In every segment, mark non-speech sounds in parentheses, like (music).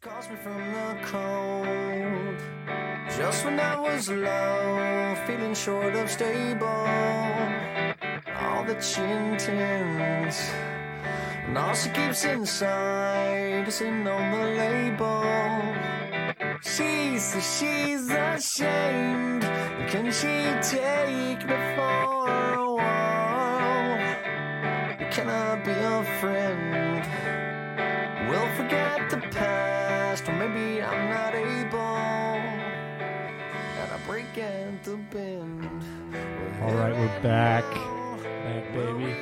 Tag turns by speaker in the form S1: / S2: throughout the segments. S1: calls me from the cold. Just when I was low, feeling short of stable. All that she intends, and all she keeps inside is in on the label. She's she's ashamed. Can she take me for a while? Can I be a friend? We'll forget the past, or maybe I'm not able. Gotta break at the bend.
S2: All right, we're back. Back, baby.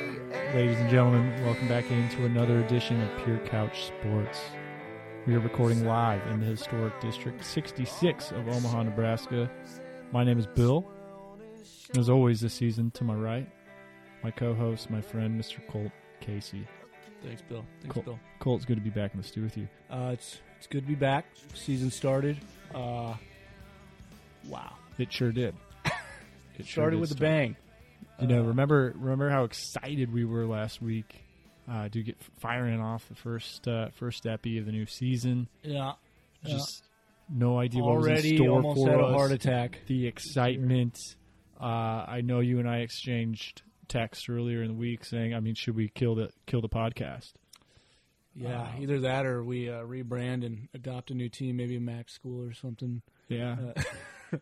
S2: Ladies and gentlemen, welcome back into another edition of Pure Couch Sports. We are recording live in the historic District 66 of Omaha, Nebraska. My name is Bill. And As always, this season, to my right, my co host, my friend, Mr. Colt Casey.
S3: Thanks, Bill. Thanks,
S2: Cool.
S3: Bill.
S2: Colt, it's good to be back in the stew with you.
S3: Uh, it's it's good to be back. Season started. Uh, wow,
S2: It sure did. It sure
S3: started
S2: did
S3: with a
S2: start.
S3: bang.
S2: You know,
S3: Uh,
S2: remember remember how excited we were last week uh, to get firing off the first uh, first epi of the new season.
S3: Yeah, Yeah.
S2: Just no idea what was in
S3: already
S2: store
S3: almost
S2: for
S3: had a
S2: us.
S3: heart attack.
S2: the excitement. Uh, I know you and I exchanged texts earlier in the week saying, "I mean, should we kill the kill the podcast?"
S3: Yeah, either that or we uh, rebrand and adopt a new team, maybe a Mac school or something.
S2: Yeah, Uh,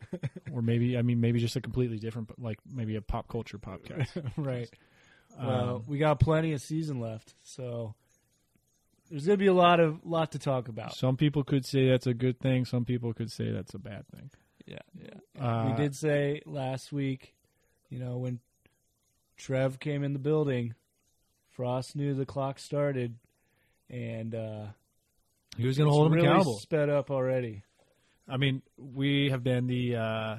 S2: or maybe I mean, maybe just a completely different, like maybe a pop culture podcast.
S3: (laughs) (laughs)
S2: Um,
S3: right. Um, well, we got plenty of season left, so there's gonna be a lot of lot to talk about.
S2: Some people could say that's a good thing. Some people could say that's a bad thing.
S3: Yeah, yeah.
S2: Uh,
S3: we did say last week, you know, when Trev came in the building, Frost knew the clock started, and uh,
S2: He was going to
S3: it's
S2: hold him
S3: really
S2: accountable.
S3: sped up already.
S2: I mean, we have been the, uh,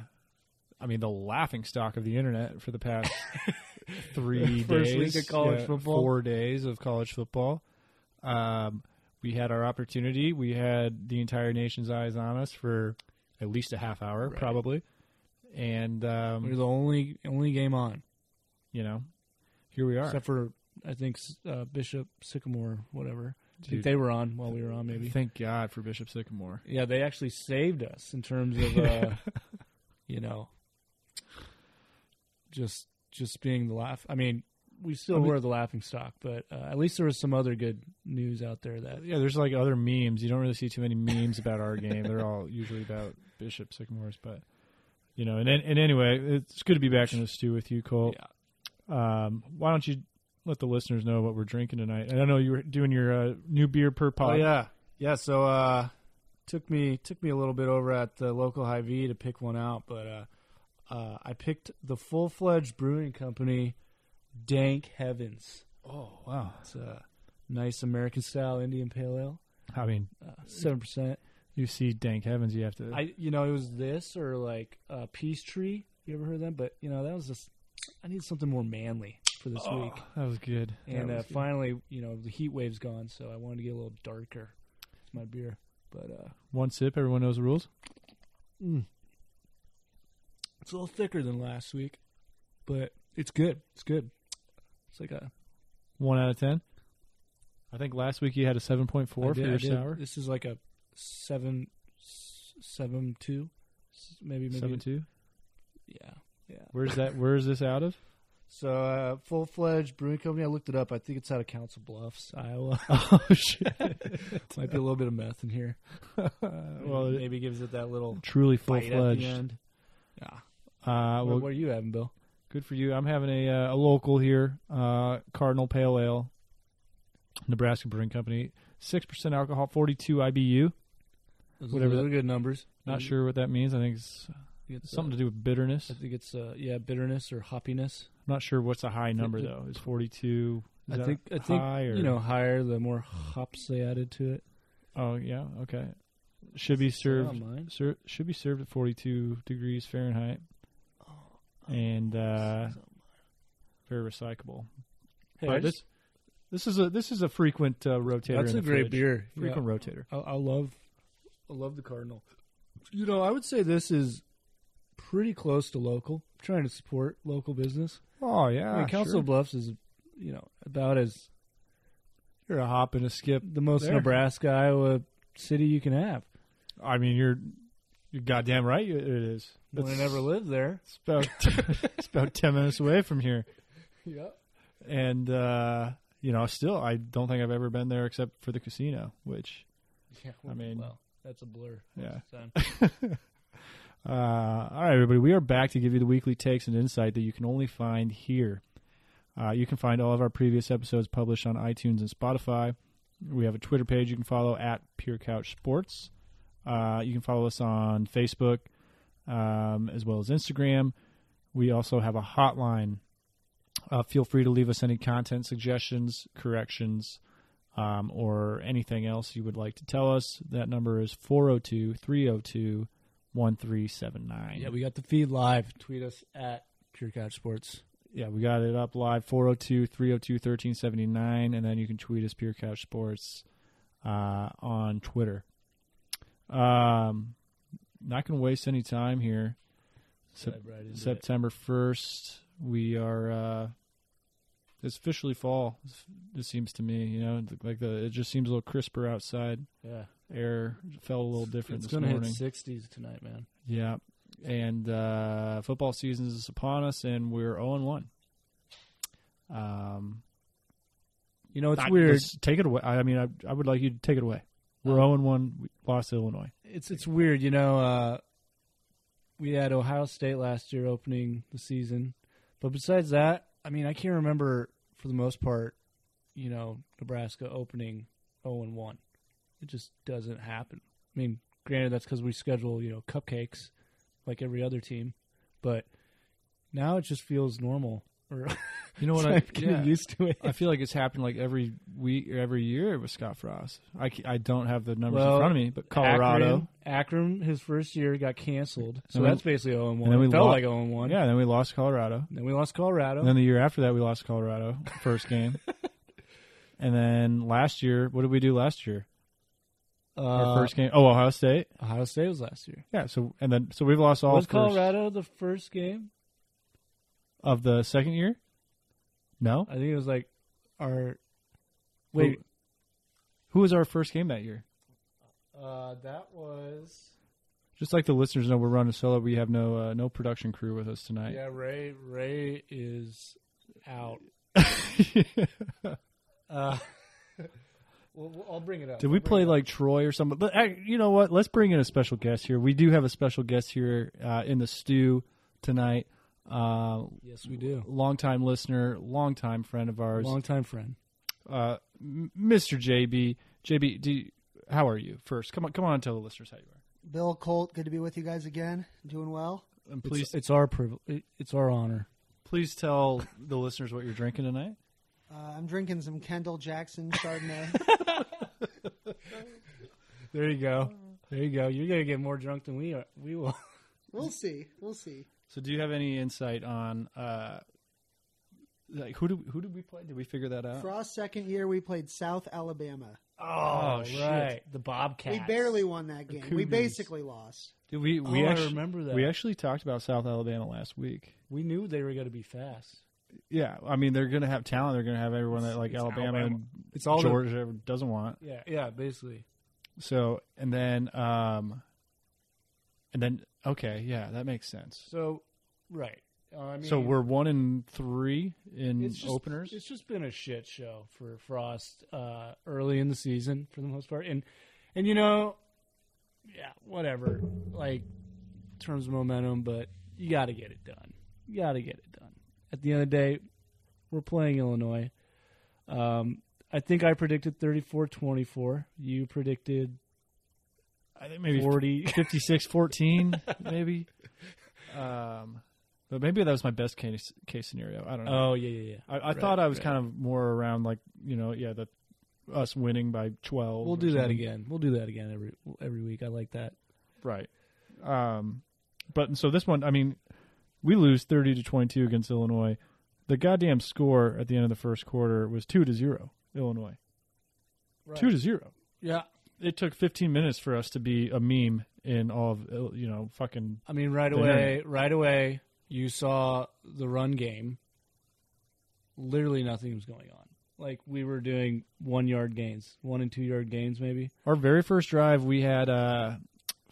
S2: I mean, the laughing stock of the internet for the
S3: (laughs)
S2: past three
S3: First
S2: days,
S3: week of college
S2: yeah,
S3: football.
S2: four days of college football. Um, we had our opportunity. We had the entire nation's eyes on us for at least a half hour, probably. And
S3: We were
S2: um,
S3: the only only game on,
S2: you know, here we are.
S3: except for I think s- uh, Bishop Sycamore, whatever. I
S2: Dude.
S3: think they were on while we were on, maybe.
S2: Thank God for Bishop Sycamore.
S3: Yeah, they actually saved us in terms of, uh, (laughs) you know, just just being the laugh. I mean, we still
S2: I mean-
S3: were the laughing stock, but uh, at least there was some other good news out there that
S2: Yeah, there's like other memes. You don't really see too many memes about our game. They're all usually about Bishop Sycamores, but you know. And and anyway, it's good to be back in the stew with you, Colt. Um, why don't you let the listeners know what we're drinking tonight? And I know you were doing your uh, new beer per pod.
S4: Oh yeah, yeah. So uh, took me took me a little bit over at the local High V to pick one out, but uh, uh, I picked the full fledged brewing company, Dank Heavens.
S2: Oh wow.
S4: It's a nice American style Indian Pale Ale,
S2: I mean,
S4: seven percent.
S2: you see, dank heavens, you have to.
S4: I you know it was this or like uh, Peace Tree. You ever heard of them? But you know that was just I need something more manly for this
S2: Oh,
S4: week.
S2: that was good.
S4: And
S2: That
S4: uh,
S2: was good.
S4: finally, you know the heat wave's gone, so I wanted to get a little darker. It's my beer, but uh,
S2: one sip. Everyone knows the rules.
S4: It's a little thicker than last week, but it's good. It's good. It's like a
S2: One out of ten. I think last week you had a seven point four
S4: I
S2: for
S4: did- I
S2: your
S4: did-
S2: sour.
S4: This is like a seven, s- seven two, S- maybe maybe
S2: Seven two.
S4: Yeah, yeah.
S2: Where's that? Where is
S4: (laughs)
S2: this out of? (laughs)
S4: So uh, full fledged brewing company. I looked it up. I think it's out of Council Bluffs, Iowa.
S2: (laughs) Oh shit.
S4: Might be a little bit of meth in here.
S2: Uh, well, it-
S4: maybe gives it that little
S2: truly full
S4: bite at the
S2: fledged.
S4: end. Yeah.
S2: Uh,
S4: What,
S2: well,
S4: what are you having, Bill?
S2: good for you. I'm having a, uh, a local here, uh, Cardinal Pale Ale, Nebraska Brewing Company, six percent alcohol, 42 IBU.
S4: Those,
S2: Whatever
S4: those are good numbers.
S2: Not sure what that means. I think it's
S4: It's, uh,
S2: something to do with bitterness.
S4: Mm-hmm. I think it's uh, yeah bitterness or hoppiness.
S2: I'm not sure what's a high number though. Is 42? Is
S4: I
S2: that
S4: think I think
S2: high or,
S4: you know higher the more hops they added to it.
S2: Oh yeah, okay. Should be
S4: I
S2: served.
S4: don't mind.
S2: Ser- should be served at 42 degrees Fahrenheit.
S4: Oh,
S2: And uh, very recyclable.
S4: Hey,
S2: But
S4: I just-
S2: Uh, this this is a this is a frequent uh, rotator.
S4: that's
S2: in
S4: a
S2: the
S4: great
S2: fridge.
S4: beer. Yeah.
S2: Frequent rotator.
S4: I, I love, I love the Cardinal. You know, I would say this is pretty close to local. I'm trying to support local business.
S2: Oh yeah,
S3: Ah,
S4: I mean, Council Bluffs is, you know, about as
S2: You're a hop and a skip.
S4: the most
S2: There.
S4: Nebraska Iowa
S3: city you can have.
S2: I mean, you're you're goddamn right. It is.
S4: When I
S2: That's-
S4: never lived there.
S2: It's about it's about ten minutes away from here,
S4: (laughs) Yep.
S2: and uh, you know, still, I don't think I've ever been there except for the casino, which
S4: Yeah.
S2: I mean-
S4: well, that's a blur.
S2: yeah.
S4: Son.
S2: Uh, all right, everybody, we are back to give you the weekly takes and insight that you can only find here. Uh, you can find all of our previous episodes published on iTunes and Spotify. We have a Twitter page you can follow at Pure Couch Sports. Uh, you can follow us on Facebook um, as well as Instagram. We also have a hotline. Uh, feel free to leave us any content suggestions, corrections, um, or anything else you would like to tell us. That number is 402 302 1379.
S3: (laughs) Yeah, we got the feed live. Tweet us at Pure Couch Sports.
S2: Yeah, we got it up live 402 302 1379. And then you can tweet us Pure Couch Sports uh, on Twitter. Um, not going to waste any time here. Sep-
S3: Dive right into it.
S2: September 1st, we are. Uh, it's officially fall. It seems to me, you know, like the it just seems a little crisper outside.
S3: Yeah,
S2: Air felt a little different
S4: It's
S2: this
S4: gonna
S2: morning.
S4: hit sixties tonight, man.
S2: Yeah. And uh, football season is upon us, and we're 0 1. Um,
S3: you know it's
S2: I-
S3: weird.
S2: let's Take it away. I I mean, I, I would like you to take it away. We're 0 1. We lost to Illinois.
S3: It's it's weird, you know. Uh, we had Ohio State last year opening the season, but besides that, I mean, I can't remember for the most part, you know, Nebraska opening zero and one. It just doesn't happen. I mean, granted, that's because we schedule you know cupcakes like every other team, but now it just feels normal. (laughs) Or
S2: You (laughs) know
S3: (laughs) I'm getting used to it. (laughs)
S2: I feel like it's happened like every week or every year with Scott Frost. I, c- I don't have the numbers
S3: Well,
S2: in front of me, but Colorado.
S3: Akron, Akron, his first year got canceled, so
S2: And then-
S3: that's basically zero and
S2: and then
S3: one.
S2: we
S3: It felt
S2: lo-
S3: like zero and one.
S2: Yeah, then we lost Colorado.
S3: Then we lost Colorado.
S2: And then the year after that, we lost Colorado first (laughs) game. and then last year, what did we do last year? Our
S3: Uh,
S2: first game. Oh, Ohio State.
S3: Ohio State was last year.
S2: Yeah, so and then so we've lost all
S3: was
S2: first-
S3: Colorado the first game?
S2: of the second year. No,
S3: I think it was like our. Wait,
S2: who was our first game that year?
S4: Uh, that was
S2: Just like the listeners know, we're running solo. We have no uh, no production crew with us tonight.
S4: yeah. Ray Ray is out. Uh, well, well, I'll bring it up.
S2: (laughs) Did
S4: I'll
S2: we
S4: bring
S2: play
S4: it up.
S2: like Troy or something? But uh, you know what? Let's bring in a special guest here. We do have a special guest here uh, in the stew tonight. Uh,
S3: yes, we do.
S2: longtime listener, longtime friend of ours,
S3: Long time friend.
S2: uh, M- Mr. JB. JB, do you, how are you? First, come on, come on, and tell the listeners how you are.
S5: Bill Colt, good to be with you guys again. Doing well.
S2: And
S3: It's-
S2: please
S3: it's, our privilege. It's our honor.
S2: Please tell the listeners what you're drinking tonight.
S5: Uh, I'm drinking some Kendall Jackson Chardonnay.
S3: There you go. There you go. You're gonna get more drunk than we are. We will.
S5: we'll see. We'll see.
S2: So, do you have any insight on uh, like who do who did we play? Did we figure that out?
S5: Frost's second year, we played South Alabama.
S3: (laughs) Oh,
S2: shit.
S3: The Bobcats.
S5: We barely won that game. We
S3: Cougars.
S5: basically lost.
S2: Did we
S3: Oh,
S2: we
S3: I
S2: actually
S3: remember that.
S2: we actually talked about South Alabama last week.
S3: We knew they were gonna be fast.
S2: Yeah, I mean they're gonna have talent. They're gonna have everyone that like
S3: It's
S2: Alabama,
S3: Alabama.
S2: and
S3: It's all the-
S2: Georgia doesn't want.
S3: Yeah. Yeah. Basically.
S2: So and then um and then okay, yeah, that makes sense.
S3: So, right. Uh, I mean,
S2: so we're one and three in
S3: it's just,
S2: openers.
S3: It's just been a shit show for Frost uh, early in the season for the most part, and and you know, yeah, whatever. Like in terms of momentum, but you got to get it done. You got to get it done. At the end of the day, we're playing Illinois. Um, I think I predicted 34-24. You predicted
S2: I think maybe (laughs)
S3: 40.
S2: 56
S3: (laughs)
S2: 14 maybe um but maybe that was my best case case scenario i don't know
S3: oh yeah, yeah, yeah.
S2: i, I thought i was kind of more around like you know yeah the us winning by 12
S3: We'll
S2: or
S3: do that
S2: something.
S3: again. We'll do that again every every week. I like that.
S2: right um but so this one i mean we lose 30 to 22 against illinois the goddamn score at the end of the first quarter was 2 to 0 illinois 2 to 0
S3: Yeah.
S2: it took 15 minutes for us to be a meme in all of Ill- you know fucking
S3: I mean, right
S2: The
S3: away, right away, you saw the run game. Literally nothing was going on. like we were doing one yard gains, one and two yard gains maybe.
S2: Our very first drive, we had uh,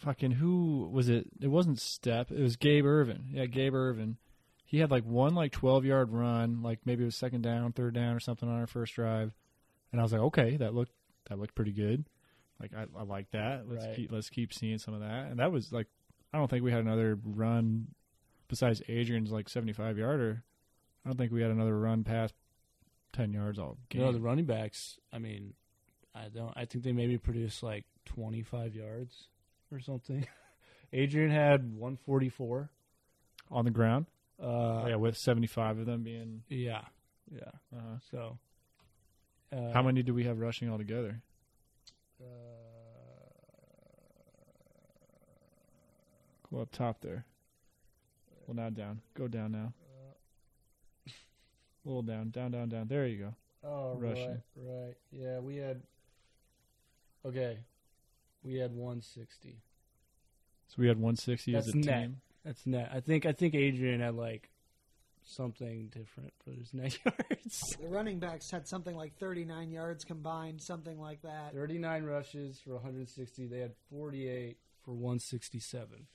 S2: fucking who was it? It wasn't Step. It was Gabe Irvin. Yeah, Gabe Irvin. He had like one like twelve yard run, like maybe it was second down, third down, or something on our first drive, and I was like, okay, that looked that looked pretty good. Like I, I like that. Let's
S3: Right.
S2: keep let's keep seeing some of that. And that was like, I don't think we had another run besides Adrian's like seventy five yarder. I don't think we had another run past ten yards all game.
S3: No, the running backs. I mean, I don't. I think they maybe produced like 25 yards or something. (laughs) Adrian had 144.
S2: on the ground.
S3: Uh,
S2: yeah, with seventy five of them being.
S3: yeah, yeah.
S2: Uh,
S3: So, uh,
S2: How many do we have rushing altogether? uh, Go up top there. Well, now down. Go down (laughs) now. A little down, down, down, down. There you go.
S3: Oh,
S2: Rushing.
S3: right, right. Yeah, we had. Okay, we had 160.
S2: So we had 160 as
S3: That's
S2: a
S3: net.
S2: team.
S3: That's net. I think. I think Adrian had like something different for his (laughs) net yards.
S5: The running backs had something like 39 yards combined, something like that.
S3: 39 rushes for 160. They had 48 for 167.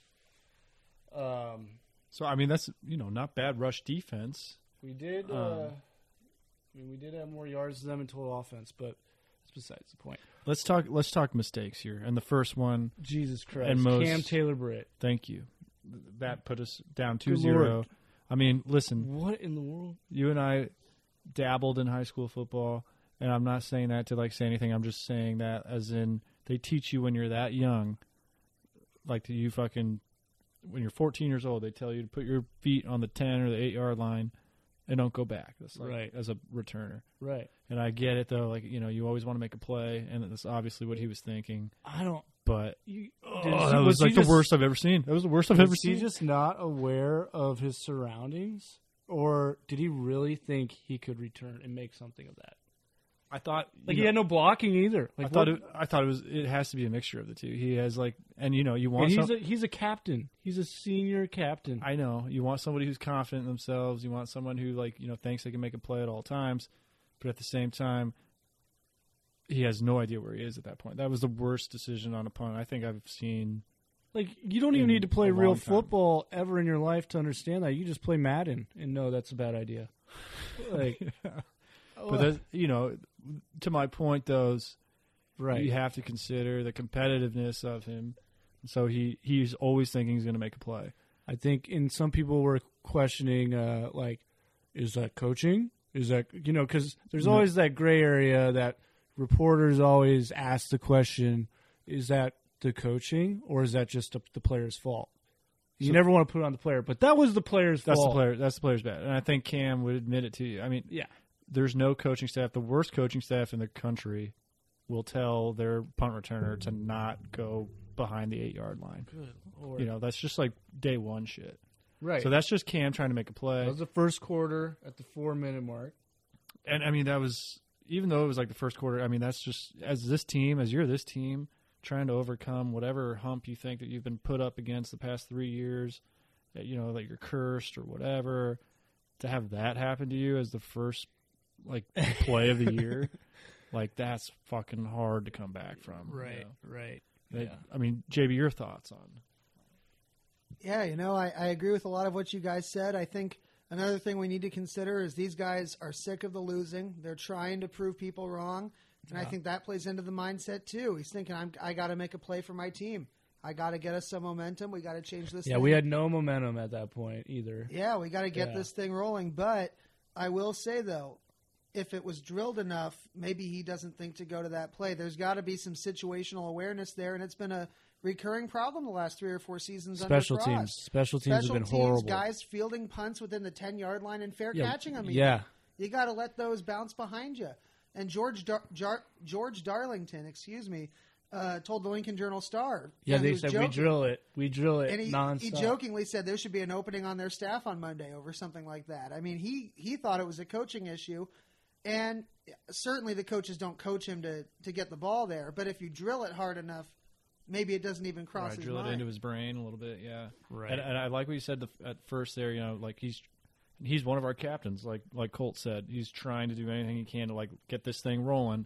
S3: Um,
S2: So I mean, that's you know not bad rush defense.
S3: we did. Uh,
S2: Um,
S3: I mean, we did have more yards than them in total offense, but it's besides the point.
S2: Let's talk. Let's talk mistakes here. And the first one,
S3: Jesus Christ!
S2: And most-
S3: Cam Taylor Britt.
S2: thank you. That put us down
S3: Good
S2: 2-0.
S3: Lord.
S2: I mean, listen,
S3: What in the world?
S2: you and I dabbled in high school football, and I'm not saying that to like say anything. I'm just saying that as in they teach you when you're that young, like that you fucking when you're 14 years old, they tell you to put your feet on the 10 or the eight yard line and don't go back. That's like
S3: Right.
S2: as a returner.
S3: Right.
S2: And I get it though, like you know, you always want to make a play, and that's obviously what he was thinking.
S3: I don't.
S2: But
S3: You,
S2: oh,
S3: Did-
S2: that was
S3: he
S2: like the
S3: just-
S2: worst I've ever seen. That was the worst I've ever
S4: Was he
S2: seen.
S4: just not aware of his surroundings, or did he really think he could return and make something of that?
S2: I thought
S3: Like
S2: you
S3: he
S2: know,
S3: had no blocking either. Like
S2: I thought
S3: what-
S2: it, I thought it was it has to be a mixture of the two. He has like and you know you
S3: and
S2: want
S3: he's
S2: some,
S3: a, he's a captain. He's a senior captain.
S2: I know you want somebody who's confident in themselves. You want someone who like you know thinks they can make a play at all times, but at the same time, he has no idea where he is at that point. That was the worst decision on a punt I think I've seen.
S3: Like you don't even
S2: In
S3: need to play
S2: a long
S3: real
S2: time.
S3: football ever in your life to understand that. You just play Madden and know that's a
S2: (laughs)
S3: bad idea. Like oh,
S2: But that's, you know, to my point, though, is
S3: right.
S2: you have to consider the competitiveness of him. So he he's always thinking he's going to make a play.
S3: I think and some people were questioning uh like is that coaching? Is that you know cuz there's always that gray area that reporters always ask the question is that the coaching or is that just the the player's fault? You never want to put it on the player, but that was the player's
S2: That's
S3: fault.
S2: the player. That's the player's bad, and I think Cam would admit it to you. I mean,
S3: Yeah.
S2: there's no coaching staff. The worst coaching staff in the country will tell their punt returner to not go behind the eight yard line. You know, that's just like day one shit.
S3: Right.
S2: So that's just Cam trying to make a play.
S3: that was the first quarter at the 4 minute mark.
S2: And I mean, that was, even though it was like the first quarter, I mean, that's just, as this team, as you're this team, trying to overcome whatever hump you think that you've been put up against the past three years, that, you know, that you're cursed or whatever, to have that happen to you as the first, like, play of
S3: (laughs)
S2: the year, like, that's fucking hard to come back from. you know?
S3: Right.
S2: That-
S3: Yeah.
S2: I mean, JB, your thoughts on
S5: Yeah, you know, I, I agree with a lot of what you guys said. I think another thing we need to consider is these guys are sick of the losing. They're trying to prove people wrong. And I think that plays into the mindset too. He's thinking, I'm, I got to make a play for my team. I got to get us some momentum. We got to change this.
S3: Yeah,
S5: thing.
S3: we had no momentum at that point either.
S5: Yeah, we got to get
S3: Yeah.
S5: this thing rolling. But I will say though, if it was drilled enough, maybe he doesn't think to go to that play. There's got to be some situational awareness there, and it's been a recurring problem the last three or four seasons.
S3: Special
S5: under
S3: teams,
S5: Frost.
S3: special teams
S5: special
S3: have been
S5: teams,
S3: horrible.
S5: guys fielding punts within the ten yard line and fair
S3: yeah,
S5: catching them. even.
S3: yeah,
S5: you got to let those bounce behind you. And George Dar- Jar- George Darlington, excuse me, uh, told the Lincoln Journal Star.
S3: yeah.
S5: and he
S3: They
S5: was
S3: said we
S5: joking.
S3: drill it, we drill it
S5: And he,
S3: nonstop.
S5: he jokingly said there should be an opening on their staff on Monday over something like that. I mean, he he thought it was a coaching issue, and certainly the coaches don't coach him to to get the ball there. But if you drill it hard enough, maybe it doesn't even cross
S2: Right,
S5: his
S2: drill
S5: mind.
S2: it into his brain a little bit, yeah.
S3: Right.
S2: And, and I like what you said the, at first there. You know, like he's he's one of our captains. Like like Colt said, he's trying to do anything he can to like get this thing rolling.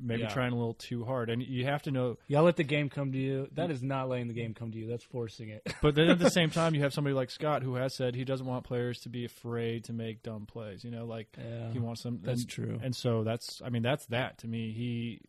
S2: Maybe
S3: Yeah.
S2: trying a little too hard, and you have to know.
S3: Y'all let the game come to you. That is not letting the game come to you. That's forcing it. (laughs)
S2: But then at the same time, you have somebody like Scott who has said he doesn't want players to be afraid to make dumb plays. You know, like
S3: Yeah,
S2: he wants them.
S3: that's
S2: and-
S3: true.
S2: And so that's, I mean, that's that to me. He,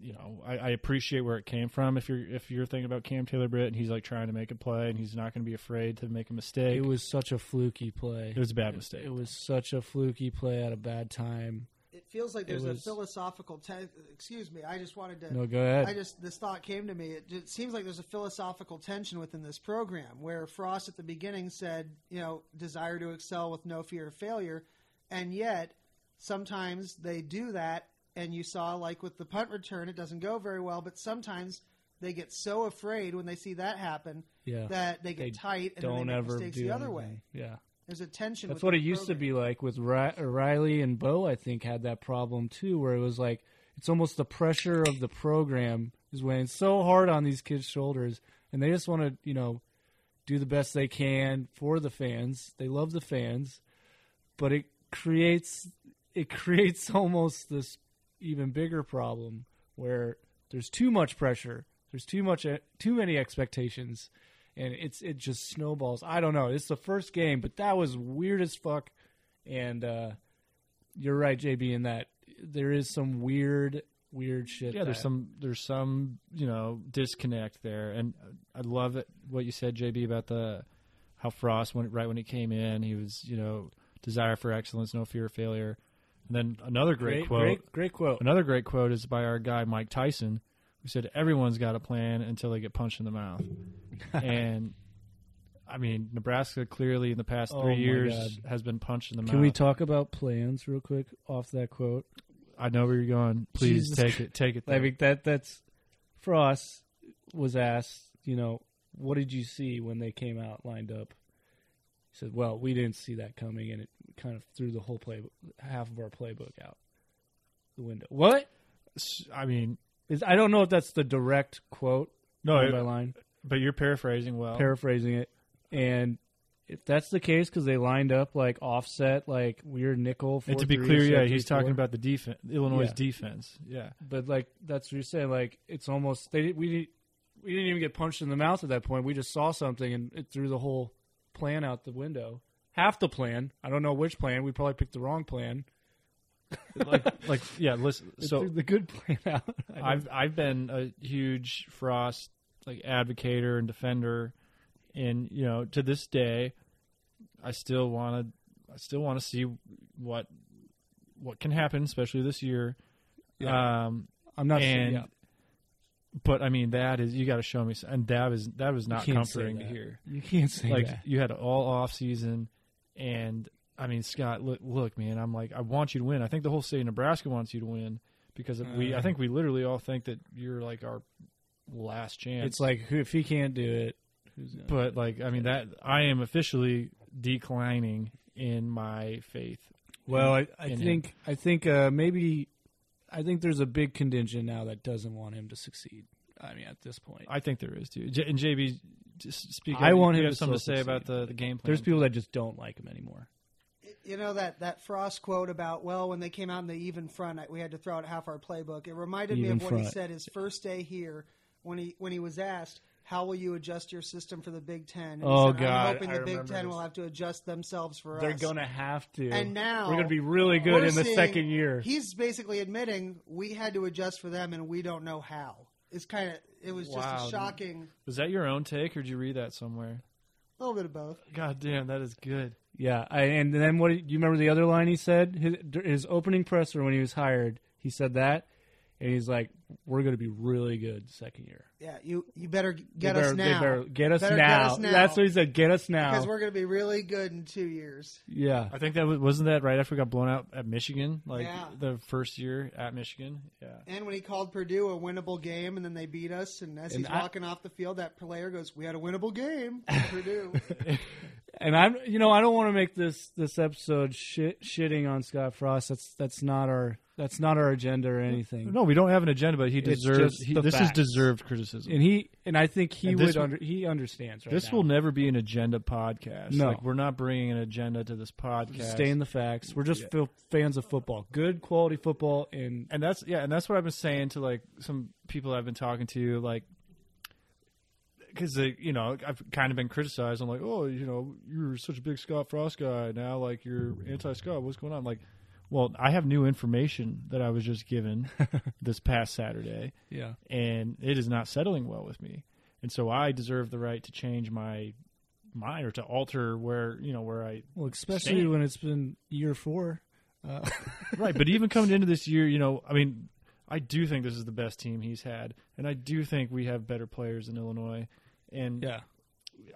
S2: you know, I, I appreciate where it came from. If you're if you're thinking about Cam Taylor Britt and he's like trying to make a play and he's not going to be afraid to make a mistake,
S3: It was such a fluky play.
S2: it was a bad mistake.
S3: It was such a fluky play at a bad time.
S5: It feels like
S3: It
S5: there's a
S3: was-
S5: philosophical. Te- excuse me. I just wanted to.
S3: No, go
S5: I
S3: ahead.
S5: just this thought came to me. It, it seems like there's a philosophical tension within this program where Frost at the beginning said, you know, desire to excel with no fear of failure, and yet sometimes they do that, and you saw like with the punt return, it doesn't go very well, but sometimes they get so afraid when they see that happen
S3: Yeah,
S5: that they get
S3: They
S5: tight and then
S3: don't
S5: they make
S3: ever do
S5: mistakes the other way.
S3: anything. Yeah,
S5: There's a tension.
S3: that's
S5: within
S3: what it
S5: the
S3: used to
S5: program.
S3: be like with Ri- Riley and Bo. I think had that problem too, where it was like it's almost the pressure of the program is weighing so hard on these kids' shoulders, and they just want to, you know, do the best they can for the fans. They love the fans, but it creates it creates (laughs) almost this even bigger problem where there's too much pressure, there's too much eh, too many expectations, and it's it just snowballs. I don't know. It's the first game, but that was weird as fuck. And uh, you're right, JB, in that there is some weird weird shit.
S2: yeah, there's
S3: that-
S2: some there's some you know disconnect there, and I love it, what you said, JB, about the how Frost when right when he came in, he was you know desire for excellence, no fear of failure, and then another great, quote.
S3: great, great quote.
S2: Another great quote is by our guy Mike Tyson, who said, "Everyone's got a plan until they get punched in the
S3: (laughs)
S2: mouth." and I mean, Nebraska clearly in the past
S3: Oh
S2: three
S3: my
S2: years has been punched in the
S3: Can
S2: mouth.
S3: we talk about plans real quick off that quote?
S2: I know where you're going. Please
S3: Jesus
S2: take
S3: Christ.
S2: it. Take it.
S3: I
S2: there.
S3: mean that that's Frost was asked, you know, what did you see when they came out lined up? He said, "Well, we didn't see that coming, and it kind of threw the whole play half of our playbook out the window." What?
S2: S- I mean,
S3: Is I don't know if that's the direct quote
S2: no,
S3: line
S2: it-
S3: by line,
S2: but you're paraphrasing well.
S3: paraphrasing it, and. If that's the case, because they lined up like offset, like weird nickel.
S2: and to be
S3: 4-3,
S2: clear, yeah,
S3: 7-3,
S2: he's talking
S3: 4.
S2: about the defense, Illinois'
S3: Yeah.
S2: defense. Yeah,
S3: But like that's what you're saying. Like it's almost they we didn't- we didn't even get punched in the mouth at that point. We just saw something and it threw the whole plan out the window. Half the plan. I don't know which plan. We probably picked the wrong plan.
S2: (laughs) like, like, yeah. Listen,
S3: It
S2: so
S3: threw the good plan (laughs) out. I
S2: I've I've been a huge Frost like advocator and defender, and you know to this day, I still want to I still want to see what what can happen, especially this year. Um,
S3: am not
S2: and
S3: sure. Yeah.
S2: but I mean that is you got to show me, s- and that is that was not
S3: can't
S2: comforting
S3: say
S2: to
S3: that.
S2: hear.
S3: You can't say
S2: Like
S3: that.
S2: you had all off season, and I mean Scott, look, look, man, I'm like I want you to win. I think the whole state of Nebraska wants you to win because we, I
S3: Uh.
S2: think we literally all think that you're like our last chance.
S3: It's like who- if he can't do it, who's gonna?
S2: but like I mean that I am officially declining in my faith.
S3: Well, I, I
S2: in him.
S3: think I think uh, maybe I think there's a big contingent now that doesn't want him to succeed. I mean, at this point,
S2: I think there is too. J- and JB, just speak.
S3: I
S2: up.
S3: want
S2: you
S3: him
S2: have
S3: to
S2: something to
S3: still
S2: say about
S3: succeed.
S2: the, the game plan.
S3: there's people that just don't like him anymore.
S5: You know that that Frost quote about well, when they came out in the even front, I- we had to throw out half our playbook. It reminded me
S3: Even
S5: of what he
S3: front.
S5: said his first day here when he when he was asked, "How will you adjust your system for the Big Ten?" And he
S3: Oh,
S5: said,
S3: God,
S5: I'm hoping
S3: I
S5: the Big
S3: remember
S5: Ten
S3: this.
S5: will have to adjust themselves for
S3: They're
S5: us.
S3: gonna have to.
S5: And now
S3: we're gonna be really good
S5: We're
S3: in the
S5: seeing-
S3: second year.
S5: He's basically admitting we had to adjust for them, and we don't know how. It's kind of it was just
S2: Wow.
S5: a shocking,
S2: Was that your own take, or did you read that somewhere?
S5: a little bit of both.
S2: God damn, that is good.
S3: yeah, I, and then what? You remember the other line he said? His, his opening presser when he was hired, he said that, and he's like, "We're gonna be really good second year.
S5: Yeah, you you better get
S3: They
S5: us
S3: better- they
S5: now
S3: better get us
S5: Better get
S3: now.
S5: us now.
S3: That's what he said. Get us
S5: because
S3: now.
S5: we're going to be really good in two years.
S3: Yeah,
S2: I think that was, wasn't that right after we got blown out at Michigan, like
S5: Yeah.
S2: the first year at Michigan. Yeah,
S5: And when he called Purdue a winnable game, and then they beat us, and as
S3: And
S5: he's
S3: I- (laughs)
S5: walking off the field, that player goes, "We had a winnable game, for Purdue."
S3: and I'm you know I don't want to make this this episode shit, shitting on Scott Frost. That's that's not our that's not our agenda or anything.
S2: No, we don't have an agenda, but he
S3: It's
S2: deserves.
S3: just
S2: He,
S3: the
S2: this
S3: facts.
S2: is deserved criticism.
S3: And he and I think he
S2: And this
S3: would
S2: will-
S3: under, he understands right
S2: this
S3: now.
S2: will never be an agenda podcast.
S3: No.
S2: like we're not bringing an agenda to this podcast.
S3: stay in the facts. We're just fil- fans of football, good quality football, and
S2: and that's yeah, and that's what I've been saying to like some people I've been talking to, like because you know I've kind of been criticized. I'm like, oh, you know, you're such a big Scott Frost guy now, like you're anti-Scott. What's going on? like, well, I have new information that I was just given this past Saturday,
S3: yeah,
S2: and it is not settling well with me, and so I deserve the right to change my mind or to alter where you know where I
S3: well, especially when it's been year four.
S2: right, but even coming into this year, you know, I mean, I do think this is the best team he's had, and I do think we have better players in Illinois. And
S3: Yeah,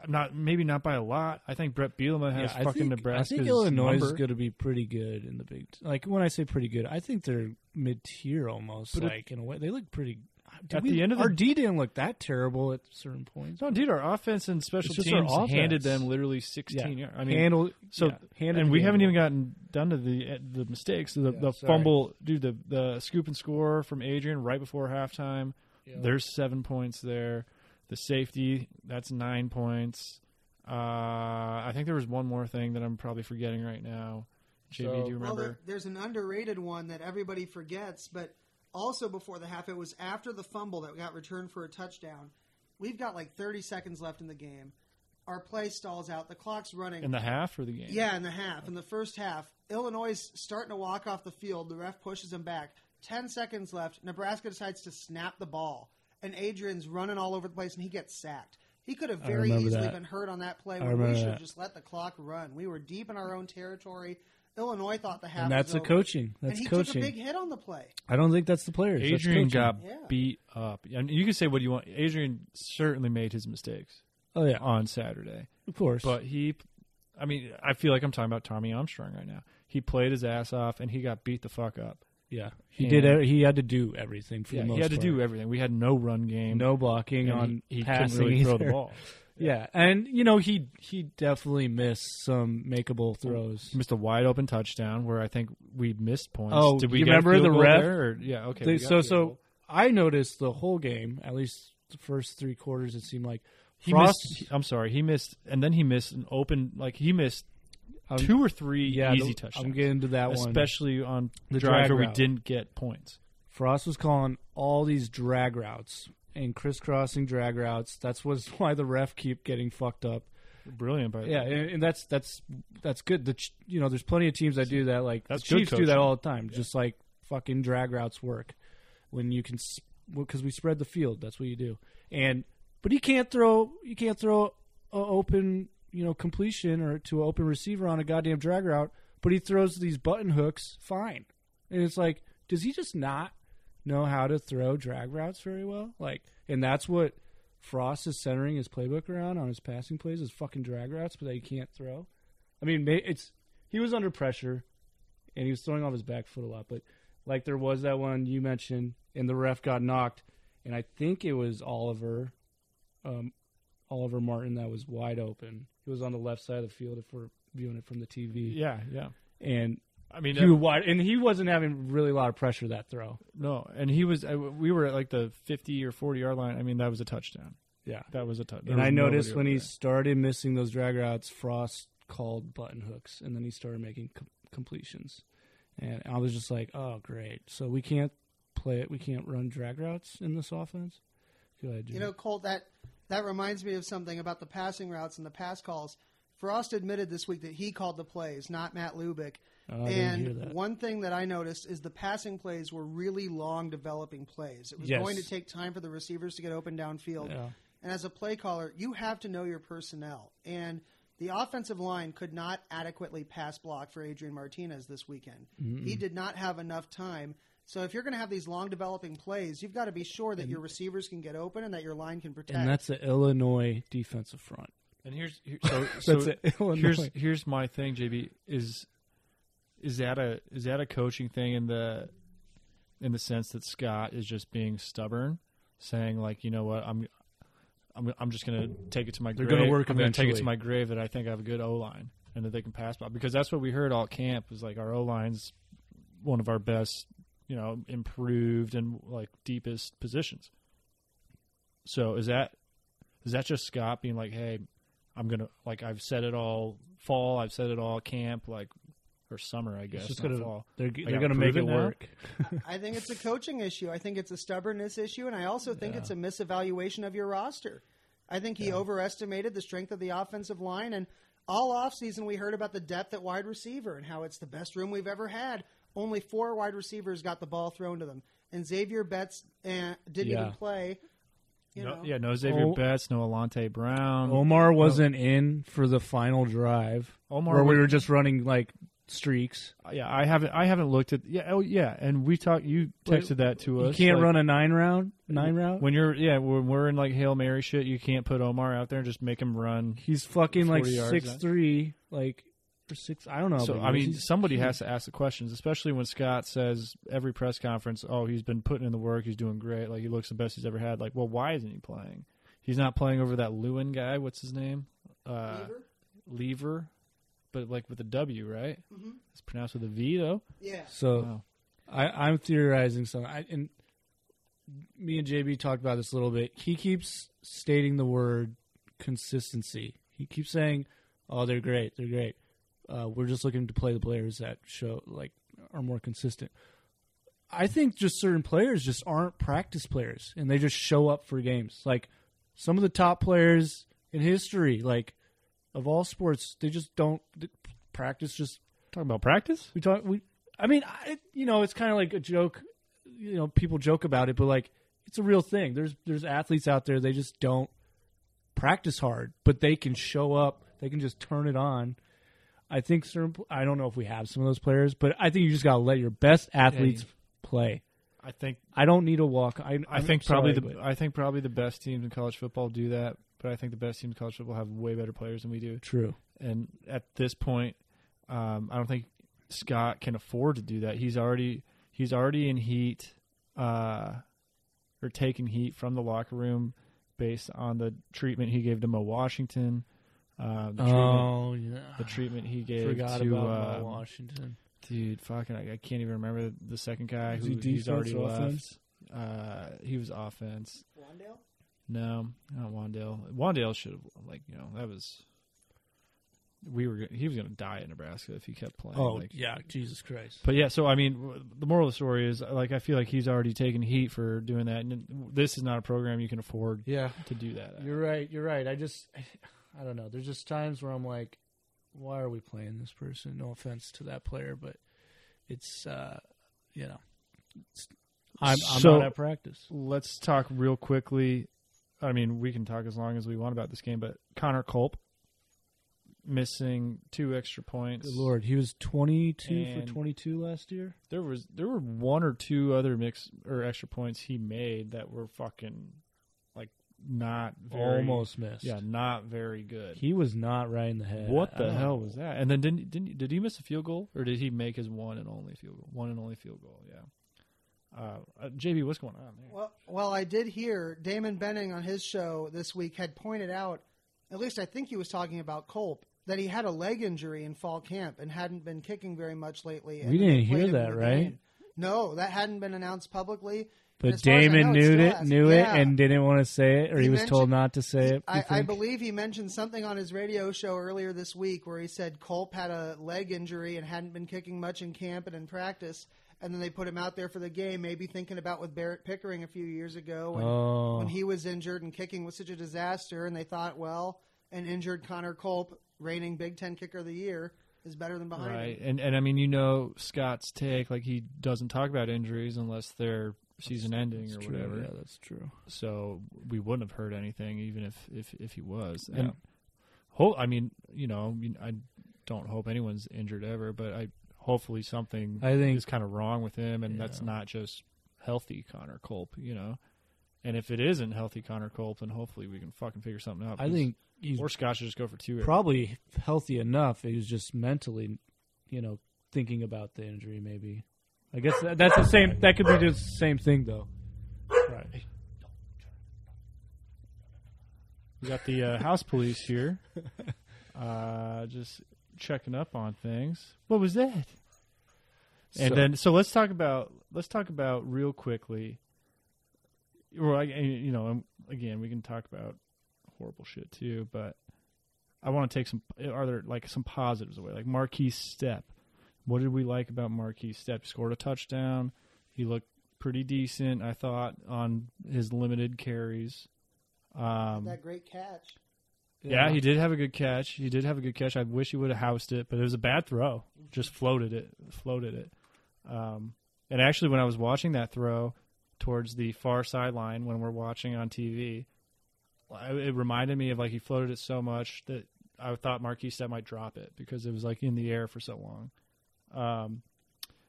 S2: I'm not maybe not by a lot. I think Brett Bielema has
S3: yeah I
S2: fucking
S3: think,
S2: Nebraska's
S3: I think Illinois is
S2: number.
S3: going to be pretty good in the Big. T- like when I say pretty good, I think they're mid tier almost.
S2: But it-
S3: like in a way, they look pretty. did
S2: At
S3: we-
S2: the end of the-
S3: our D didn't look that terrible at certain points.
S2: No, dude, our offense and special
S3: It's just our
S2: teams
S3: offense.
S2: handed them literally 16 yards. I mean,
S3: handle
S2: so
S3: yeah, handed
S2: and we
S3: the
S2: haven't
S3: game.
S2: even gotten done to the eh, the mistakes. The,
S3: Yeah,
S2: the
S3: sorry.
S2: fumble, dude, the the scoop and score from Adrian right before halftime. There's seven points there. The safety, that's nine points. Uh, I think there was one more thing that I'm probably forgetting right now. JB,
S3: So-
S2: do you
S5: Well,
S2: remember?
S5: there, there's an underrated one that everybody forgets, but also before the half, it was after the fumble that got returned for a touchdown. We've got like 30 seconds left in the game. Our play stalls out. The clock's running.
S2: in the half or the game?
S5: yeah, in the half, in the first half, Illinois is starting to walk off the field. The ref pushes him back. 10 seconds left. Nebraska decides to snap the ball, and Adrian's running all over the place, and he gets sacked. He could have very
S3: remember
S5: easily
S3: that.
S5: been hurt on that play.
S3: I
S5: When we
S3: remember
S5: should
S3: that.
S5: have just let the clock run. We were deep in our own territory. Illinois thought the half.
S3: And that's
S5: was
S3: a
S5: over.
S3: coaching.
S5: And
S3: That's
S5: he
S3: coaching.
S5: took a big hit on the play.
S3: I don't think that's the players. That's
S2: Adrian
S3: coaching.
S2: got
S5: Yeah.
S2: beat up. I mean, you can say what you want. Adrian certainly made his mistakes
S3: Oh yeah,
S2: on Saturday.
S3: of course.
S2: But he, I mean, I feel like I'm talking about Tommy Armstrong right now. He played his ass off and he got beat the fuck up.
S3: yeah, he
S2: and-
S3: did. e- He had to do everything for
S2: Yeah,
S3: the most
S2: he had to
S3: part.
S2: do everything. We had no run game.
S3: no blocking
S2: and
S3: on
S2: he, he couldn't
S3: passing
S2: really throw the
S3: either.
S2: ball.
S3: Yeah, and you know he he definitely missed some makeable throws.
S2: He missed a wide open touchdown where I think we missed points.
S3: Oh,
S2: Did we
S3: you
S2: get a
S3: remember
S2: field
S3: the
S2: goal
S3: ref?
S2: there, or- yeah, okay.
S3: They-
S2: we got
S3: so
S2: a field
S3: so
S2: goal.
S3: I noticed the whole game, at least the first three quarters. It seemed like
S2: he
S3: Frost.
S2: missed. I'm sorry, he missed, and then he missed an open like he missed
S3: I'm-
S2: two or three
S3: Um, yeah,
S2: easy
S3: the-
S2: touchdowns.
S3: I'm getting to that one.
S2: especially on
S3: The
S2: drives
S3: drag
S2: where we
S3: route.
S2: didn't get points.
S3: Frost was calling all these drag routes and crisscrossing drag routes. That's was (laughs) why the ref keep getting fucked up.
S2: Brilliant, by the
S3: Yeah, and, and that's that's that's good. The Ch- you know, there's plenty of teams that do that. Like
S2: That's
S3: the
S2: good
S3: Chiefs do that
S2: coaching.
S3: all the time. Just like fucking drag routes work when you can because we spread the field. That's what you do. And but you can't throw you can't throw a open you know completion or to an open receiver on a goddamn drag route. But he throws these button hooks fine, and it's like, does he just not know how to throw drag routes very well? Like, and that's what Frost is centering his playbook around on his passing plays is fucking drag routes, but that he can't throw. I mean, ma- it's he was under pressure, and he was throwing off his back foot a lot. But like there was that one you mentioned, and the ref got knocked, and I think it was Oliver, um, Oliver Martin that was wide open. He was on the left side of the field if we're viewing it from the TV,
S2: yeah, yeah.
S3: and
S2: I mean,
S3: he was wide, and he wasn't having really a lot of pressure that throw.
S2: no, and he was. I, we were at like the 50 or 40 yard line. I mean, that was a touchdown.
S3: Yeah,
S2: That was a touchdown.
S3: and I noticed when he started missing those drag routes, Frost called button hooks, and then he started making com- completions. And I was just like, "Oh, great! So we can't play it. We can't run drag routes in this offense." Go ahead, Jim.
S5: You know, Colt, that that reminds me of something about the passing routes and the pass calls. Frost admitted this week that he called the plays, not Matt Lubick.
S3: Oh, I didn't
S5: and
S3: hear that.
S5: one thing that I noticed is the passing plays were really long developing plays. It was
S3: Yes.
S5: going to take time for the receivers to get open downfield.
S3: Yeah.
S5: And as a play caller, you have to know your personnel. And the offensive line could not adequately pass block for Adrian Martinez this weekend. He did not have enough time. So if you're going to have these long developing plays, you've got to be sure that your receivers can get open and that your line can protect.
S3: and that's the Illinois defensive front.
S2: and here's
S3: (laughs)
S2: here, so, so
S3: That's it, Illinois.
S2: here's here's my thing, JB is is that a is that a coaching thing in the in the sense that Scott is just being stubborn, saying like, you know what, I'm I'm, I'm just gonna take it to my
S3: They're
S2: grave.
S3: gonna work
S2: I'm gonna take it to
S3: eventually.
S2: my grave that I think I have a good O line and that they can pass by because that's what we heard all camp is like our O line's one of our best, you know, improved and like deepest positions. So is that is that just Scott being like, hey, I'm gonna like I've said it all fall, I've said it all camp, like or summer, I guess.
S3: just
S2: not
S3: gotta-
S2: fall.
S3: They're,
S2: gotta
S3: they're going to make
S2: prove
S3: it
S2: it now?
S3: work.
S5: I think it's a coaching issue. I think it's a stubbornness issue, and I also think
S3: Yeah.
S5: it's a misevaluation of your roster. I think he overestimated the strength of the offensive line, and all offseason we heard about the depth at wide receiver and how it's the best room we've ever had. Only four wide receivers got the ball thrown to them, and Xavier Betts eh, didn't
S3: Yeah.
S5: even play. You
S2: No-
S5: know,
S2: yeah, no Xavier
S3: Oh.
S2: Betts, no Alante Brown.
S3: Omar wasn't in for the final drive
S2: Omar
S3: where we
S2: was-
S3: were just running like streaks.
S2: yeah, I haven't I haven't looked at yeah, oh yeah, and we talked you texted that to
S3: You
S2: us.
S3: can't
S2: like,
S3: run a nine round, nine round.
S2: when you're yeah, when we're in like Hail Mary shit, you can't put Omar out there and just make him run.
S3: He's fucking like
S2: 40 yards,
S3: six
S2: huh?
S3: three, like or six. I don't know.
S2: So
S3: but
S2: I mean,
S3: he's-
S2: somebody has to ask the questions, especially when Scott says every press conference, "Oh, he's been putting in the work. He's doing great. Like he looks the best he's ever had." Like, well, why isn't he playing? He's not playing over that Lewin guy. What's his name? Uh,
S5: Beaver?
S2: Lever, but like with a W, right?
S5: Mhm.
S2: It's pronounced with a V though.
S5: yeah.
S3: So
S2: Wow.
S3: I, I'm theorizing something. I, and me and JB talked about this a little bit. He keeps stating the word consistency. He keeps saying, "Oh, they're great. They're great. Uh, we're just looking to play the players that show like are more consistent." I think just certain players just aren't practice players, and they just show up for games. Like some of the top players in history, like of all sports, they just don't practice. Just
S2: Talking about practice.
S3: we talk. We. I mean, I, you know, it's kind of like a joke. You know, people joke about it, but like, it's a real thing. There's there's athletes out there. They just don't practice hard, but they can show up. They can just turn it on. I think certain. pl- I don't know if we have some of those players, but I think you just got to let your best athletes play.
S2: I think
S3: I don't need a walk. I
S2: i
S3: I'm
S2: think probably
S3: sorry,
S2: the
S3: but-
S2: I think probably the best teams in college football do that, but I think the best teams in college football have way better players than we do.
S3: true.
S2: And at this point, um, I don't think Scott can afford to do that. He's already he's already in heat, uh, or taking heat from the locker room based on the treatment he gave to Mo Washington, uh, the, treatment,
S3: Oh yeah.
S2: the treatment he gave
S3: Forgot
S2: to
S3: about
S2: um,
S3: Mo Washington.
S2: dude, fucking, I, I can't even remember the second guy
S3: Was
S2: who
S3: he
S2: he's
S3: defense
S2: already
S3: or
S2: left.
S3: offense?
S2: Uh, he was offense.
S5: Wandale?
S2: No, not Wandale. Wandale should have like you know that was we were he was going to die at Nebraska if he kept playing.
S3: Oh
S2: like,
S3: yeah, Jesus Christ.
S2: But yeah, so I mean, w- the moral of the story is like I feel like he's already taken heat for doing that, and this is not a program you can afford
S3: Yeah.
S2: to do that. at.
S3: You're right. You're right. I just, (sighs) I, don't know. There's just times where I'm like, why are we playing this person? No offense to that player, but it's, uh, you know, it's, I'm, I'm
S2: So-
S3: not at practice.
S2: Let's talk real quickly. I mean, we can talk as long as we want about this game, but Connor Culp missing two extra points.
S3: Good lord, he was 22
S2: And-
S3: for 22 last year.
S2: there was there were one or two other mix or extra points he made that were fucking like not very,
S3: Almost missed.
S2: yeah not very good.
S3: he uh, was not right in the head.
S2: what
S3: I
S2: the
S3: don't-
S2: hell was that? And then didn't didn't did he miss a field goal or did he make his one and only field goal? One and only field goal. Yeah. Uh, uh, JB, what's going on there?
S5: Well, well, I did hear Damon Benning on his show this week had pointed out, at least I think he was talking about Culp, that he had a leg injury in fall camp and hadn't been kicking very much lately. and
S3: We
S5: they
S3: didn't
S5: played
S3: hear
S5: him in
S3: that,
S5: the
S3: right?
S5: game. No, that hadn't been announced publicly. And
S3: But
S5: as far as I
S3: Damon
S5: know, it
S3: knew
S5: still
S3: it,
S5: hasn't.
S3: knew
S5: Yeah.
S3: it, and didn't want to say it, or
S5: He
S3: he, was told
S5: mentioned-
S3: not to say it. you
S5: I, I
S3: think?
S5: believe he mentioned something on his radio show earlier this week where he said Culp had a leg injury and hadn't been kicking much in camp and in practice. And then they put him out there for the game, maybe thinking about with Barrett Pickering a few years ago when,
S3: Oh.
S5: when he was injured and kicking was such a disaster. And they thought, well, an injured Connor Culp, reigning Big Ten kicker of the year, is better than behind
S2: Right,
S5: him.
S2: and and I mean you know Scott's take like he doesn't talk about injuries unless they're season ending
S3: That's
S2: or
S3: true,
S2: whatever.
S3: Yeah, that's true.
S2: so we wouldn't have heard anything even if if if he was and ho- i mean you know I mean, i don't hope anyone's injured ever but i hopefully something
S3: I think
S2: is kind of wrong with him and that's
S3: Yeah.
S2: not just healthy connor culp you know and if it isn't healthy connor culp then hopefully we can fucking figure something out
S3: I
S2: because-
S3: think he's
S2: or scott should just go for two every-
S3: probably healthy enough. He was just mentally, you know, thinking about the injury. Maybe. I guess that, that's the same. That could be the same thing, though. Right.
S2: We got the uh, house police here, uh, just checking up on things. What was that? And
S4: So-
S2: then, so let's talk about let's talk about real quickly. Well, I, you know, um, again, we can talk about horrible shit too, but I want to take some. Are there like some positives away? Like Marquis Step. What did we like about Marquis Step? Scored a touchdown. He looked pretty decent, I thought, on his limited carries. Um,
S5: that great catch.
S2: yeah, he did have a good catch. He did have a good catch. I wish he would have housed it, but it was a bad throw. Just floated it, floated it. Um, and actually, when I was watching that throw towards the far sideline, when we're watching on TV, I, it reminded me of like he floated it so much that I thought Marquise that might drop it because it was like in the air for so long. Um,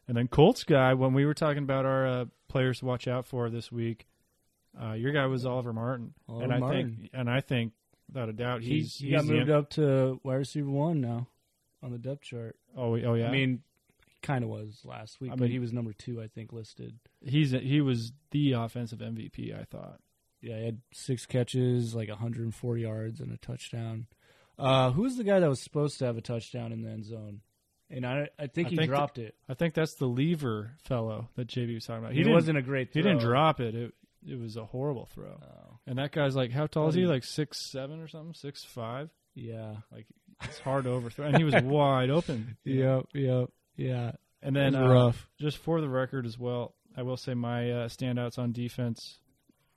S2: and then Colts guy, when we were talking about our uh, players to watch out for this week, uh, your guy was Oliver Martin,
S3: Oliver
S2: and I
S3: Martin.
S2: think, and I think without a doubt,
S3: He,
S2: he's
S3: he got
S2: he's the
S3: moved
S2: M-
S3: up to wide receiver one now on the depth chart.
S2: Oh, oh yeah.
S3: I mean, kind of was last week,
S2: I
S3: but
S2: mean-
S3: he was number two, I think, listed.
S2: he's he was the offensive MVP. I thought.
S3: Yeah, he had six catches, like 104 yards, and a touchdown. Uh, who was the guy that was supposed to have a touchdown in the end zone? And I, I think
S2: I
S3: he
S2: think
S3: dropped it.
S2: I think that's the lever fellow that JB was talking about. He
S3: it
S2: didn't-
S3: wasn't a great.
S2: He didn't
S3: throw.
S2: drop it. It it was a horrible throw.
S3: Oh,
S2: And that guy's like, how tall is he?
S3: Oh, yeah.
S2: Like six seven or something? Six five?
S3: yeah.
S2: Like it's hard to overthrow. And he (laughs) was wide open.
S3: Yep. Yep. Yeah.
S2: And then
S3: It
S2: uh,
S3: was rough.
S2: just for the record as well, I will say my uh, standouts on defense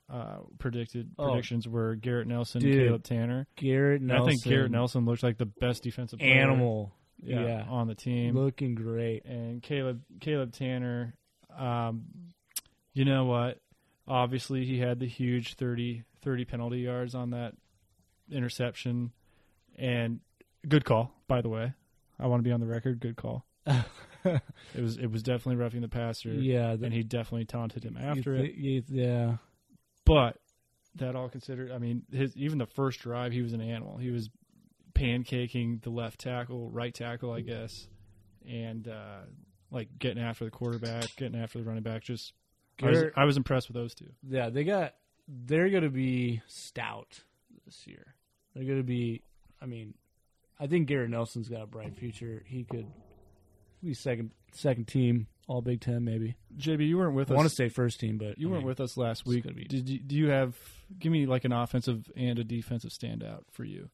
S2: uh, predicted
S3: Oh.
S2: predictions were Garrett Nelson,
S3: Dude.
S2: Caleb Tanner.
S3: Garrett
S2: And
S3: Nelson.
S2: I think Garrett Nelson looks like the best defensive player,
S3: Animal.
S2: yeah,
S3: yeah.
S2: on the team.
S3: Looking great.
S2: and Caleb Caleb Tanner. Um, you know what? Obviously, he had the huge 30, 30 penalty yards on that interception, and good call. By the way, I want to be on the record. Good
S3: (laughs)
S2: call. It was it was definitely roughing the passer,
S3: yeah. the-
S2: and he definitely taunted him
S3: you
S2: after
S3: thi-
S2: it.
S3: you- yeah.
S2: But that all considered, I mean, his even the first drive, he was an animal. He was pancaking the left tackle, right tackle, I guess, and uh, like getting after the quarterback, getting after the running back. Just I was,
S3: Garrett-
S2: I was impressed with those two.
S3: Yeah, they got they're going to be stout this year. They're going to be I mean, I think Garrett Nelson's got a bright future. He could be second second team, all Big 10 maybe.
S2: JB, you weren't with
S3: I
S2: us.
S3: want to say first team, but
S2: you
S3: I
S2: weren't
S3: mean,
S2: with us last week.
S3: gonna be-
S2: Did you, do you have? Give me like an offensive and a defensive standout for you.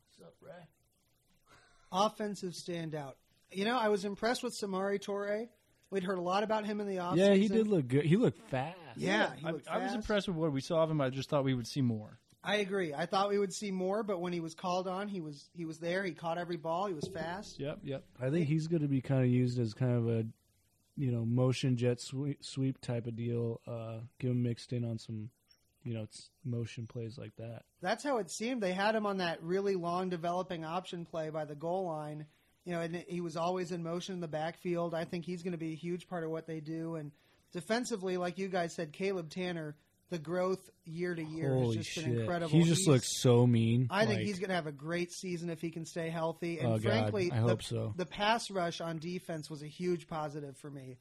S5: Offensive standout. You know, I was impressed with Samari Torre. We'd heard a lot about him in the offseason.
S3: Yeah, he did look good. He looked fast.
S5: Yeah, he
S2: I,
S5: looked
S2: I was
S5: fast.
S2: impressed with what we saw of him. I just thought we would see more.
S5: I agree. I thought we would see more, but when he was called on, he was he was there. He caught every ball. He was fast.
S2: Yep, yep.
S3: I think he's going to be kind of used as kind of a you know, motion jet sweep, sweep type of deal. Uh get him mixed in on some you know, it's motion plays like that.
S5: That's how it seemed. They had him on that really long developing option play by the goal line. You know, and he was always in motion in the backfield. I think he's going to be a huge part of what they do. And defensively, like you guys said, Caleb Tanner, the growth year to year has
S3: Holy
S5: just
S3: shit.
S5: been incredible.
S3: He just
S5: He's-
S3: looks so mean.
S5: I think
S3: Like-
S5: he's going to have a great season if he can stay healthy. And
S3: Oh, God.
S5: frankly,
S3: I
S5: the,
S3: hope so.
S5: the pass rush on defense was a huge positive for me.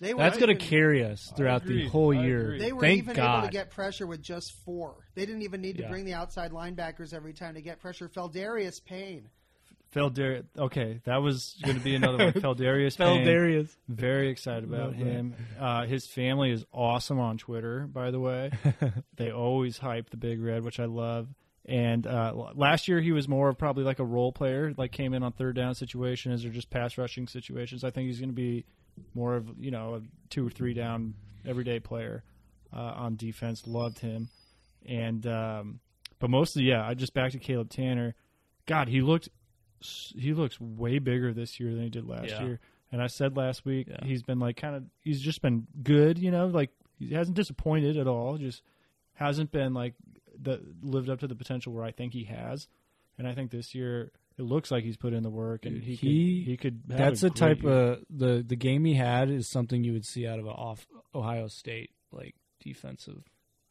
S5: They were
S3: That's going to
S5: even-
S3: carry us throughout the
S2: agree.
S3: whole
S2: I
S3: year.
S2: agree.
S5: They were
S3: Thank
S5: even
S3: God.
S5: able to get pressure with just four. They didn't even need to
S3: Yeah.
S5: bring the outside linebackers every time to get pressure. Feldarius Payne.
S2: Feldarius. Okay, that was going to be another
S3: (laughs)
S2: one. Feldarius. Payne.
S3: Feldarius.
S2: Very excited about
S3: About him.
S2: him. Uh, his family is awesome on Twitter, by the way. they always hype the Big Red, which I love. And uh, l- last year he was more of probably like a role player, like came in on third down situations or just pass rushing situations. I think he's going to be more of you know a two or three down everyday player uh, on defense. Loved him, and um, but mostly yeah, I just back to Caleb Tanner. God, he looked s- he looks way bigger this year than he did last
S3: Yeah.
S2: year. And I said last week
S3: Yeah.
S2: he's been like kind of he's just been good, you know, like he hasn't disappointed at all. Just hasn't been like the lived up to the potential where I think he has. And I think this year it looks like he's put in the work and he
S3: He-
S2: could, he could. Have
S3: That's
S2: a
S3: the type
S2: great year.
S3: of the the game he had is something you would see out of an off Ohio State like defensive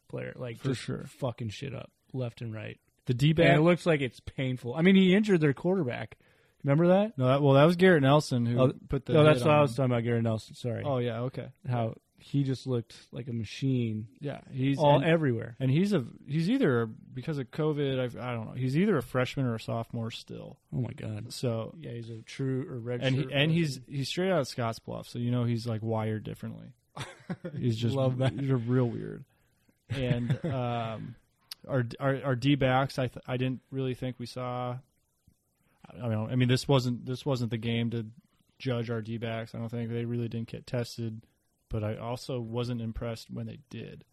S3: player, like
S2: For
S3: just
S2: sure.
S3: fucking shit up left and right.
S2: the D
S3: And
S2: back.
S3: it looks like it's painful. I mean, he injured their quarterback. Remember that?
S2: No, that, well, that was Garrett Nelson who
S3: Oh,
S2: put the.
S3: No, that's
S2: hit
S3: what I
S2: on
S3: was
S2: him.
S3: Oh. talking about, Gary Nelson. Sorry,
S2: Oh yeah, okay.
S3: how he just looked like a machine
S2: Yeah, he's
S3: all
S2: and,
S3: everywhere.
S2: and he's a he's either because of COVID. I've, I don't know. He's either a freshman or a sophomore still.
S3: Oh my god.
S2: So
S3: Yeah, he's a true or red.
S2: and he,
S3: shirt
S2: and
S3: version.
S2: he's he's straight out of Scottsbluff, so you know he's like wired
S3: (laughs)
S2: differently. He's just
S3: Love that.
S2: He's a real weird.
S3: (laughs)
S2: And um, our our our D backs, I th- I didn't really think we saw. I don't know. I mean, this wasn't this wasn't the game to judge our D backs. I don't think they really didn't get tested, but I also wasn't impressed when they did.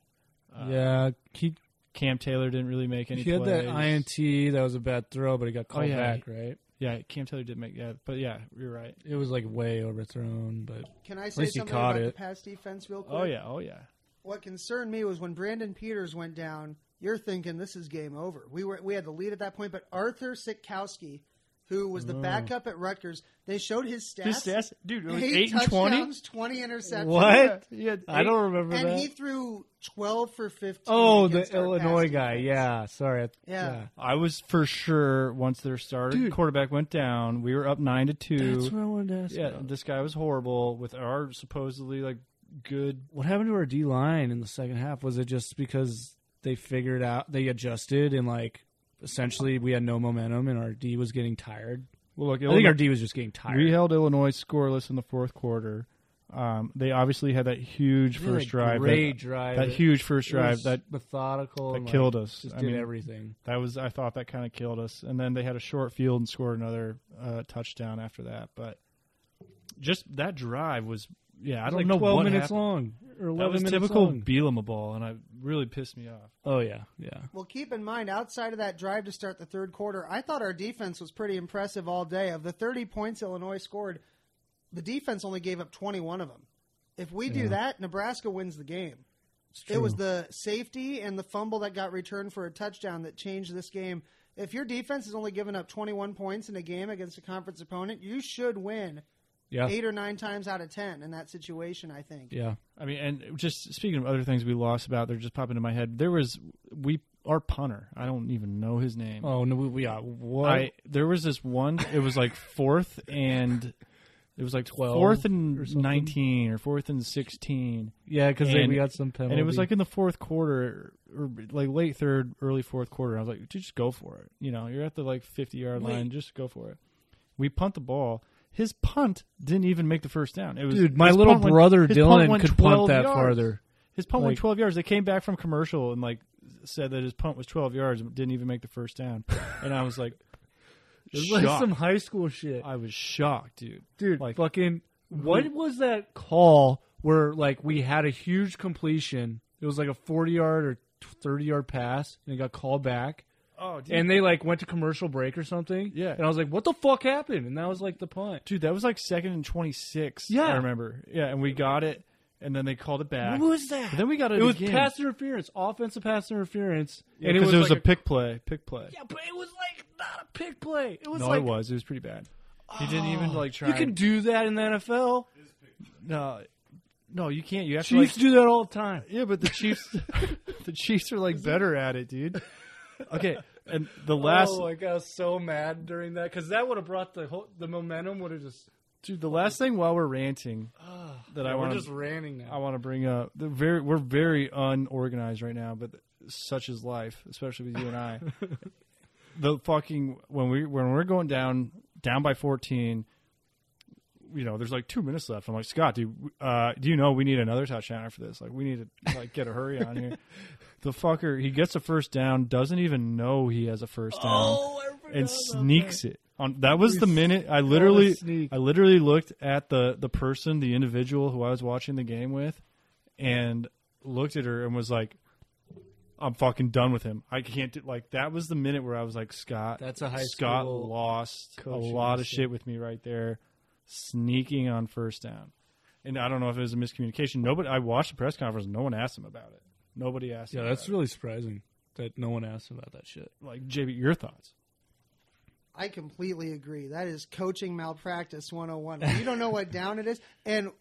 S3: uh, yeah. He
S2: Cam Taylor didn't really make any.
S3: he had that
S2: plays.
S3: INT that was a bad throw, but he got called
S2: yeah.
S3: back. Right.
S2: Yeah, Cam Taylor did make. Yeah, but yeah, you're right.
S3: It was like way overthrown, but
S5: Can I say
S3: least he
S5: something
S3: caught
S5: about the
S3: it.
S5: pass defense real quick?
S2: Oh yeah, oh yeah.
S5: What concerned me was when Brandon Peters went down. You're thinking this is game over. We were we had the lead at that point, but Arthur Sitkowski, who was
S3: Mm.
S5: the backup at Rutgers, they showed his stats.
S2: His stats, dude, it was
S3: (laughs)
S5: Eight
S2: eight and
S5: touchdowns,
S2: twenty.
S5: twenty interceptions.
S3: What?
S2: Yeah, yeah,
S3: I don't remember
S5: And
S3: that.
S5: he threw twelve for fifteen.
S3: oh, the
S5: against our pass
S3: Illinois guy.
S5: defense.
S3: Yeah. Sorry. I-
S5: Yeah.
S2: I was for sure once their starter
S3: Dude.
S2: quarterback went down. We were up nine to
S3: That's
S2: two.
S3: what I wanted to ask.
S2: Yeah,
S3: about.
S2: this guy was horrible with our supposedly like good.
S3: what happened to our D line in the second half? Was it just because they figured out they adjusted and like essentially we had no momentum and our D was getting tired?
S2: Well, look,
S3: I think our D was just getting tired.
S2: we held Illinois scoreless in the fourth quarter. Um, they obviously had that huge
S3: They had a
S2: first drive,
S3: great
S2: that,
S3: drive,
S2: that huge first
S3: It
S2: drive
S3: was
S2: that
S3: methodical,
S2: that
S3: and, like,
S2: killed us.
S3: Just
S2: I
S3: did
S2: mean-
S3: everything.
S2: that was I thought that kind of killed us. And then they had a short field and scored another uh, touchdown after that. But just that drive was yeah, I don't
S3: like
S2: know
S3: twelve
S2: what
S3: minutes
S2: happened.
S3: long or eleven
S2: That was
S3: minutes
S2: typical
S3: long.
S2: Bielema ball, and it really pissed me off.
S3: oh yeah, yeah.
S5: Well, keep in mind, outside of that drive to start the third quarter, I thought our defense was pretty impressive all day. Of the 30 points Illinois scored, the defense only gave up 21 of them. If we do that, Nebraska wins the game. It was the safety and the fumble that got returned for a touchdown that changed this game. If your defense is only giving up 21 points in a game against a conference opponent, you should win
S3: Yeah.
S5: eight or nine times out of 10 in that situation, I think.
S3: Yeah.
S2: I mean, and just speaking of other things we lost about, they're just popping into my head. There was we our punter. I don't even know his name.
S3: Oh no, we, we got what?
S2: I there was this one. It was like fourth
S3: (laughs)
S2: and it was like
S3: 12
S2: fourth and
S3: or something.
S2: nineteen or fourth and sixteen.
S3: yeah, because
S2: and-
S3: we got some penalty.
S2: And it was like in the fourth quarter, or like late third, early fourth quarter. I was like, "Dude, just go for it. You know, you're at the like 50 yard line. Just go for it. We punt the ball. His punt didn't even make the first down. It was
S3: dude, my
S2: his
S3: little
S2: punt went-
S3: brother
S2: his
S3: Dylan
S2: went
S3: could punt
S2: 12
S3: that
S2: yards.
S3: farther.
S2: His punt
S3: Like-
S2: went 12 yards. They came back from commercial and like said that his punt was 12 yards and didn't even make the first
S3: (laughs)
S2: down. And I was like,
S3: It's
S2: shocked.
S3: like some high school shit.
S2: I was shocked, dude.
S3: dude
S2: like-
S3: fucking what was that call where like we had a huge completion it was like a 40 yard or 30 yard pass and it got called back
S2: Oh, dude.
S3: and they like went to commercial break or something
S2: Yeah.
S3: and i was like what the fuck happened and that was like the punt
S2: dude, that was like second and 26.
S3: Yeah.
S2: I remember. Yeah, and we got it. And then they called it back.
S3: was that
S2: But then we got it
S3: it was
S2: again.
S3: pass interference offensive pass interference
S2: Yeah,
S3: and it
S2: 'cause
S3: was,
S2: it was
S3: like
S2: a pick play. Pick play.
S3: yeah but it was like not a pick play it was
S2: no,
S3: like Oh.
S2: it was. It was pretty bad. He didn't even like try.
S3: you can do that in the nfl
S2: no, no, you can't. You have
S3: chiefs
S2: to. Like,
S3: do that all the time
S2: yeah, but the
S3: (laughs)
S2: Chiefs, (laughs) the Chiefs are like better at it, dude. Okay, and the last,
S3: oh, like I was so mad during that because that would have brought the whole the momentum would have just.
S2: dude, the last thing while we're ranting that I
S3: we're
S2: want
S3: just
S2: to,
S3: ranting
S2: I
S3: now.
S2: want to bring up. They're very, we're very unorganized right now, but such is life, especially with you and I. the fucking when we when we're going down down by fourteen, you know, there's like two minutes left. I'm like, Scott, do you, uh, do you know we need another touchdown after this? Like, we need to like get a hurry on here. the fucker, he gets a first down, doesn't even know he has a first down,
S3: Oh,
S5: Oh,
S2: and sneaks it. On that was the minute I literally,
S3: sneak.
S2: I literally looked at the the person, the individual who I was watching the game with, and looked at her and was like. I'm fucking done with him. I can't do, like that was the minute where I was like Scott
S3: That's a high
S2: Scott
S3: school
S2: lost a
S3: coaching
S2: lot of
S3: mistake.
S2: shit with me right there sneaking on first down. And I don't know if it was a miscommunication. Nobody I watched the press conference, no one asked him about it. Nobody asked
S3: Yeah,
S2: him
S3: that's
S2: about
S3: really surprising that no one asked about that shit.
S2: it. like JB, your thoughts.
S5: I completely agree. That is coaching malpractice 101.
S3: (laughs)
S5: You don't know what down it is. And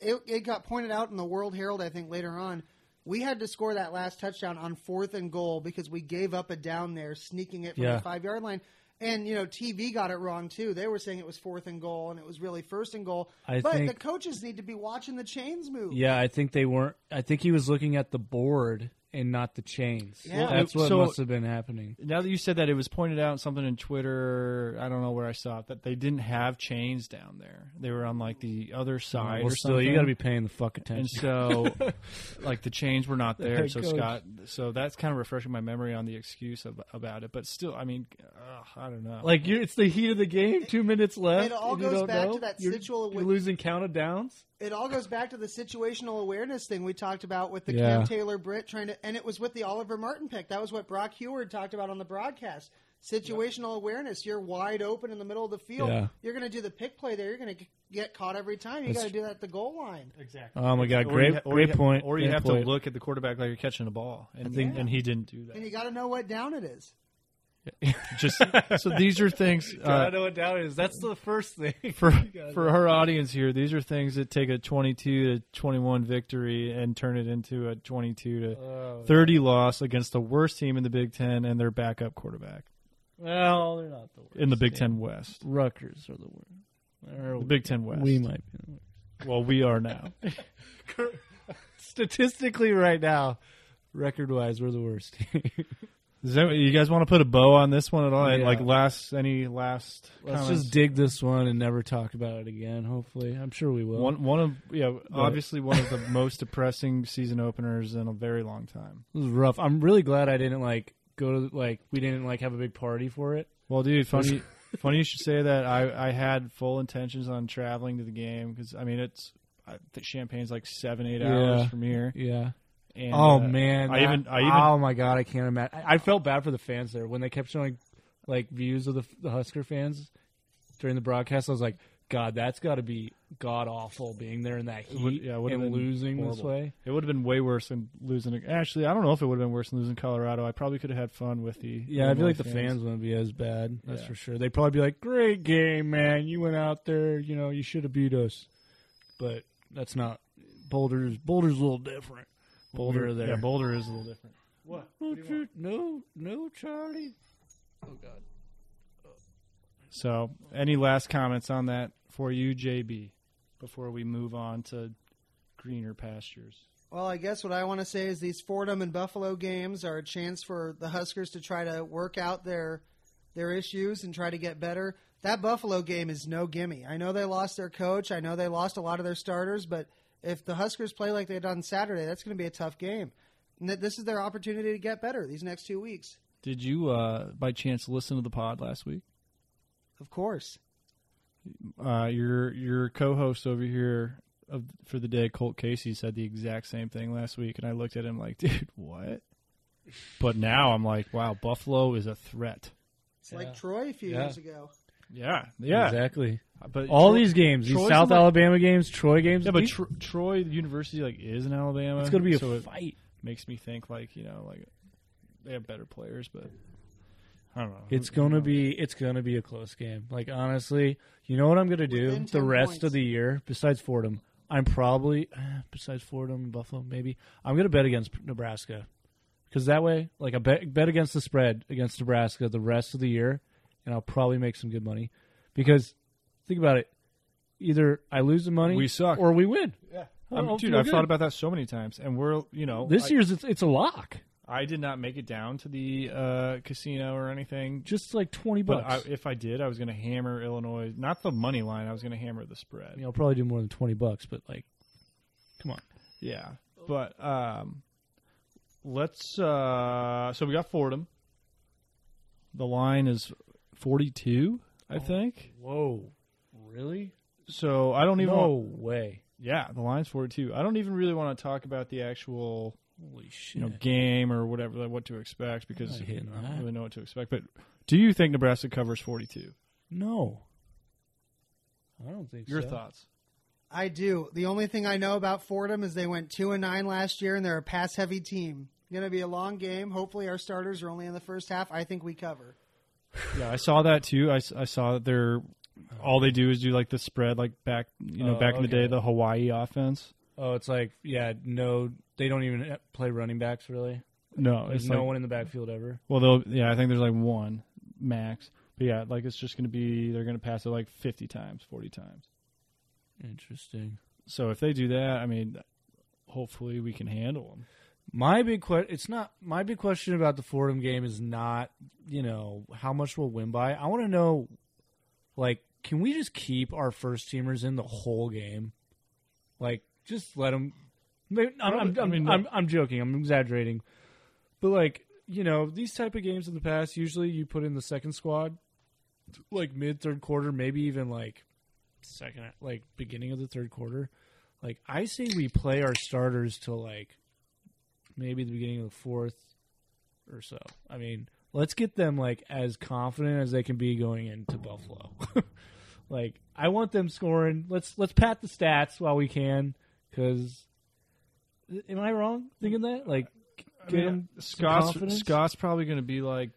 S5: it, it got pointed out in the World Herald, I think, later on We had to score that last touchdown on fourth and goal because we gave up a down there, sneaking it from
S3: Yeah.
S5: the five yard line. And you know, TV got it wrong too. They were saying it was fourth and goal, and it was really first and goal.
S3: I
S5: but
S3: think-
S5: the coaches need to be watching the chains move.
S3: Yeah, I think they weren't. I think he was looking at the board and not the chains.
S5: Yeah.
S3: That's what
S2: So-
S3: must have been happening.
S2: Now that you said that, it was pointed out something in Twitter. I don't know where I saw it that they didn't have chains down there. They were on like the other side
S3: well,
S2: or
S3: still,
S2: something.
S3: you got to be paying the fuck
S2: And
S3: attention.
S2: so,
S3: (laughs)
S2: like the chains were not there.
S3: head
S2: So
S3: coach.
S2: Scott, so that's kind of refreshing my memory on the excuse of, about it. But still, I mean, ugh, I don't know.
S3: Like you, it's the heat of the game. Two minutes left.
S5: it all
S3: and you
S5: goes
S3: don't
S5: back
S3: know?
S5: to that
S3: You're-
S5: situal-
S3: You're losing count of downs.
S5: It all goes back to the situational awareness thing we talked about with the
S3: Yeah.
S5: Cam Taylor Britt trying to, and it was with the Oliver Martin pick. That was what Brock Heward talked about on the broadcast. Situational awareness. You're wide open in the middle of the field.
S3: Yeah.
S5: You're going to do the pick play there. You're going to get caught every time. You got
S3: That's-
S5: to do that at the goal line.
S2: exactly.
S3: Oh my god! Great, great point.
S2: Or you
S3: great
S2: have
S3: point.
S2: to look at the quarterback like you're catching a ball, and
S5: think-
S2: and he didn't do
S5: And
S2: that.
S5: you got to know what down it is.
S3: (laughs)
S2: Just so these are things.
S3: I
S2: uh,
S3: know what doubt is. That's the first thing. (laughs)
S2: for for her audience here, these are things that take a 22 to 21 victory and turn it into a 22 to
S3: Uh, oh,
S2: 30 loss against the worst team in the Big Ten and their backup quarterback
S3: Well, they're not the worst.
S2: in the Big Ten West.
S3: Rutgers are the worst. Or
S2: The Big Ten West.
S3: we might be. the worst.
S2: Well, we are now.
S3: (laughs) Statistically, right now, record-wise, we're the worst. (laughs)
S2: Does that, you guys want to put a bow on this one at all?
S3: Yeah.
S2: Like last, any last?
S3: Let's
S2: comments?
S3: just dig this one and never talk about it again. Hopefully, I'm sure we will.
S2: one. One of yeah, obviously one of the most depressing season openers in a very long time.
S3: It was rough. I'm really glad I didn't like go to like we didn't like have a big party for it.
S2: Well, dude,
S3: (laughs)
S2: funny, funny you should say that. I, I had full intentions on traveling to the game because I mean it's I think Champagne's like seven eight hours
S3: Yeah.
S2: from here.
S3: Yeah.
S2: And,
S3: oh
S2: uh,
S3: man.
S2: I
S3: that-
S2: even I even
S3: Oh my god. I can't imagine. I, I felt bad for the fans there when they kept showing like views of the, the Husker fans during the broadcast. I was like, God, that's got to be god awful being there in that heat
S2: would- yeah, it would've
S3: and
S2: been
S3: losing this
S2: horrible.
S3: way.
S2: it would have been way worse than losing. to- Actually, I don't know if it would have been worse than losing Colorado. I probably could have had fun with the
S3: Yeah, I feel
S2: Illinois
S3: like the fans wouldn't be as bad. That's
S2: Yeah.
S3: for sure. They'd probably be like, "Great game, man! You went out there. You know, you should have beat us." But that's not Boulder's. Boulder's a little different.
S2: Boulder
S3: Boulder there.
S2: Yeah, Boulder is a little different.
S3: No, Ju- no, no, Charlie.
S2: So, any last comments on that for you, JB, before we move on to greener pastures?
S5: Well, I guess what I want to say is these Fordham and Buffalo games are a chance for the Huskers to try to work out their their issues and try to get better. That Buffalo game is no gimme. I know they lost their coach. I know they lost a lot of their starters, but if the Huskers play like they did on Saturday, that's going to be a tough game. And that this is their opportunity to get better these next two weeks.
S2: Did you, uh, by chance, listen to the pod last week?
S5: Of course.
S2: uh, your your co-host over here of, for the day, Colt Casey, said the exact same thing last week, and I looked at him like, (laughs) dude, what? But now I'm like, wow, Buffalo is a threat.
S5: It's like Troy a few
S3: Yeah.
S5: years ago.
S2: Yeah, yeah.
S3: exactly.
S2: But
S3: All
S2: Tro-
S3: these games, these
S2: Troy's
S3: South
S2: the-
S3: Alabama games, Troy games.
S2: yeah, but
S3: these-
S2: Tro- Troy University like is in Alabama.
S3: it's going to be a
S2: so it
S3: fight.
S2: makes me think like you know like they have better players, but I don't know.
S3: It's going to be it's going to be a close game. Like honestly, you know what I'm going to do
S5: Within
S3: the
S5: 10
S3: rest
S5: points.
S3: of the year besides Fordham. I'm probably eh, besides Fordham and Buffalo maybe. I'm going to bet against Nebraska. Cuz that way, like I bet bet against the spread against Nebraska the rest of the year and I'll probably make some good money. Because think about it, either I lose the money
S2: We suck.
S3: or we win. Yeah.
S2: I'm, dude, I've thought about that so many times, and we're you know
S3: This
S2: I,
S3: year's it's, it's a lock.
S2: I did not make it down to the uh, casino or anything.
S3: Just like 20
S2: But
S3: bucks.
S2: I, if I did, I was going to hammer Illinois, not the money line. I was going to hammer the spread.
S3: I mean, I'll probably do more than 20 bucks, but like come on.
S2: Yeah, but um, let's. Uh, so we got Fordham. The line is forty-two, I think.
S3: Whoa. Really?
S2: So I don't even.
S3: No
S2: wa-
S3: way.
S2: yeah, the line's forty-two. I don't even really want to talk about the actual
S3: Holy shit.
S2: you know game or whatever, like what to expect because
S3: I'm not hitting
S2: I don't
S3: that.
S2: really know what to expect. But do you think Nebraska covers forty-two?
S3: no. I don't think
S2: Your
S3: so.
S2: thoughts?
S5: I do. The only thing I know about Fordham is they went two and nine last year, and they're a pass heavy team. Going to be a long game. Hopefully, our starters are only in the first half. I think we cover.
S2: Yeah, I saw that too. I, s- I saw that they're all they do is do like the spread, like back you know
S3: Oh,
S2: back in the day
S3: okay.
S2: the Hawaii offense.
S3: Oh, it's like yeah, no they don't even play running backs really.
S2: No,
S3: There's
S2: it's
S3: no
S2: like,
S3: one in the backfield ever.
S2: Well, they'll yeah, I think there's like one max. But yeah, like it's just gonna be they're gonna pass it like 50 times, 40 times.
S3: Interesting.
S2: So if they do that, I mean, hopefully we can handle them.
S3: My big question it's not my big question about the Fordham game is not, you know, how much we'll win by. I want to know like can we just keep our first teamers in the whole game? Like just let them I'm, I'm,
S2: I
S3: I'm,
S2: mean,
S3: I'm, I'm joking. I'm exaggerating. But like, you know, these type of games in the past, usually you put in the second squad like mid third quarter, maybe even like second like beginning of the third quarter. Like I say we play our starters till like maybe the beginning of the fourth or so. I mean, let's get them like as confident as they can be going into Buffalo. (laughs) like I want them scoring. Let's let's pat the stats while we can cuz am I wrong thinking that? Like
S2: I
S3: get
S2: mean,
S3: them
S2: Scott's,
S3: confidence?
S2: Scott's probably going to be like,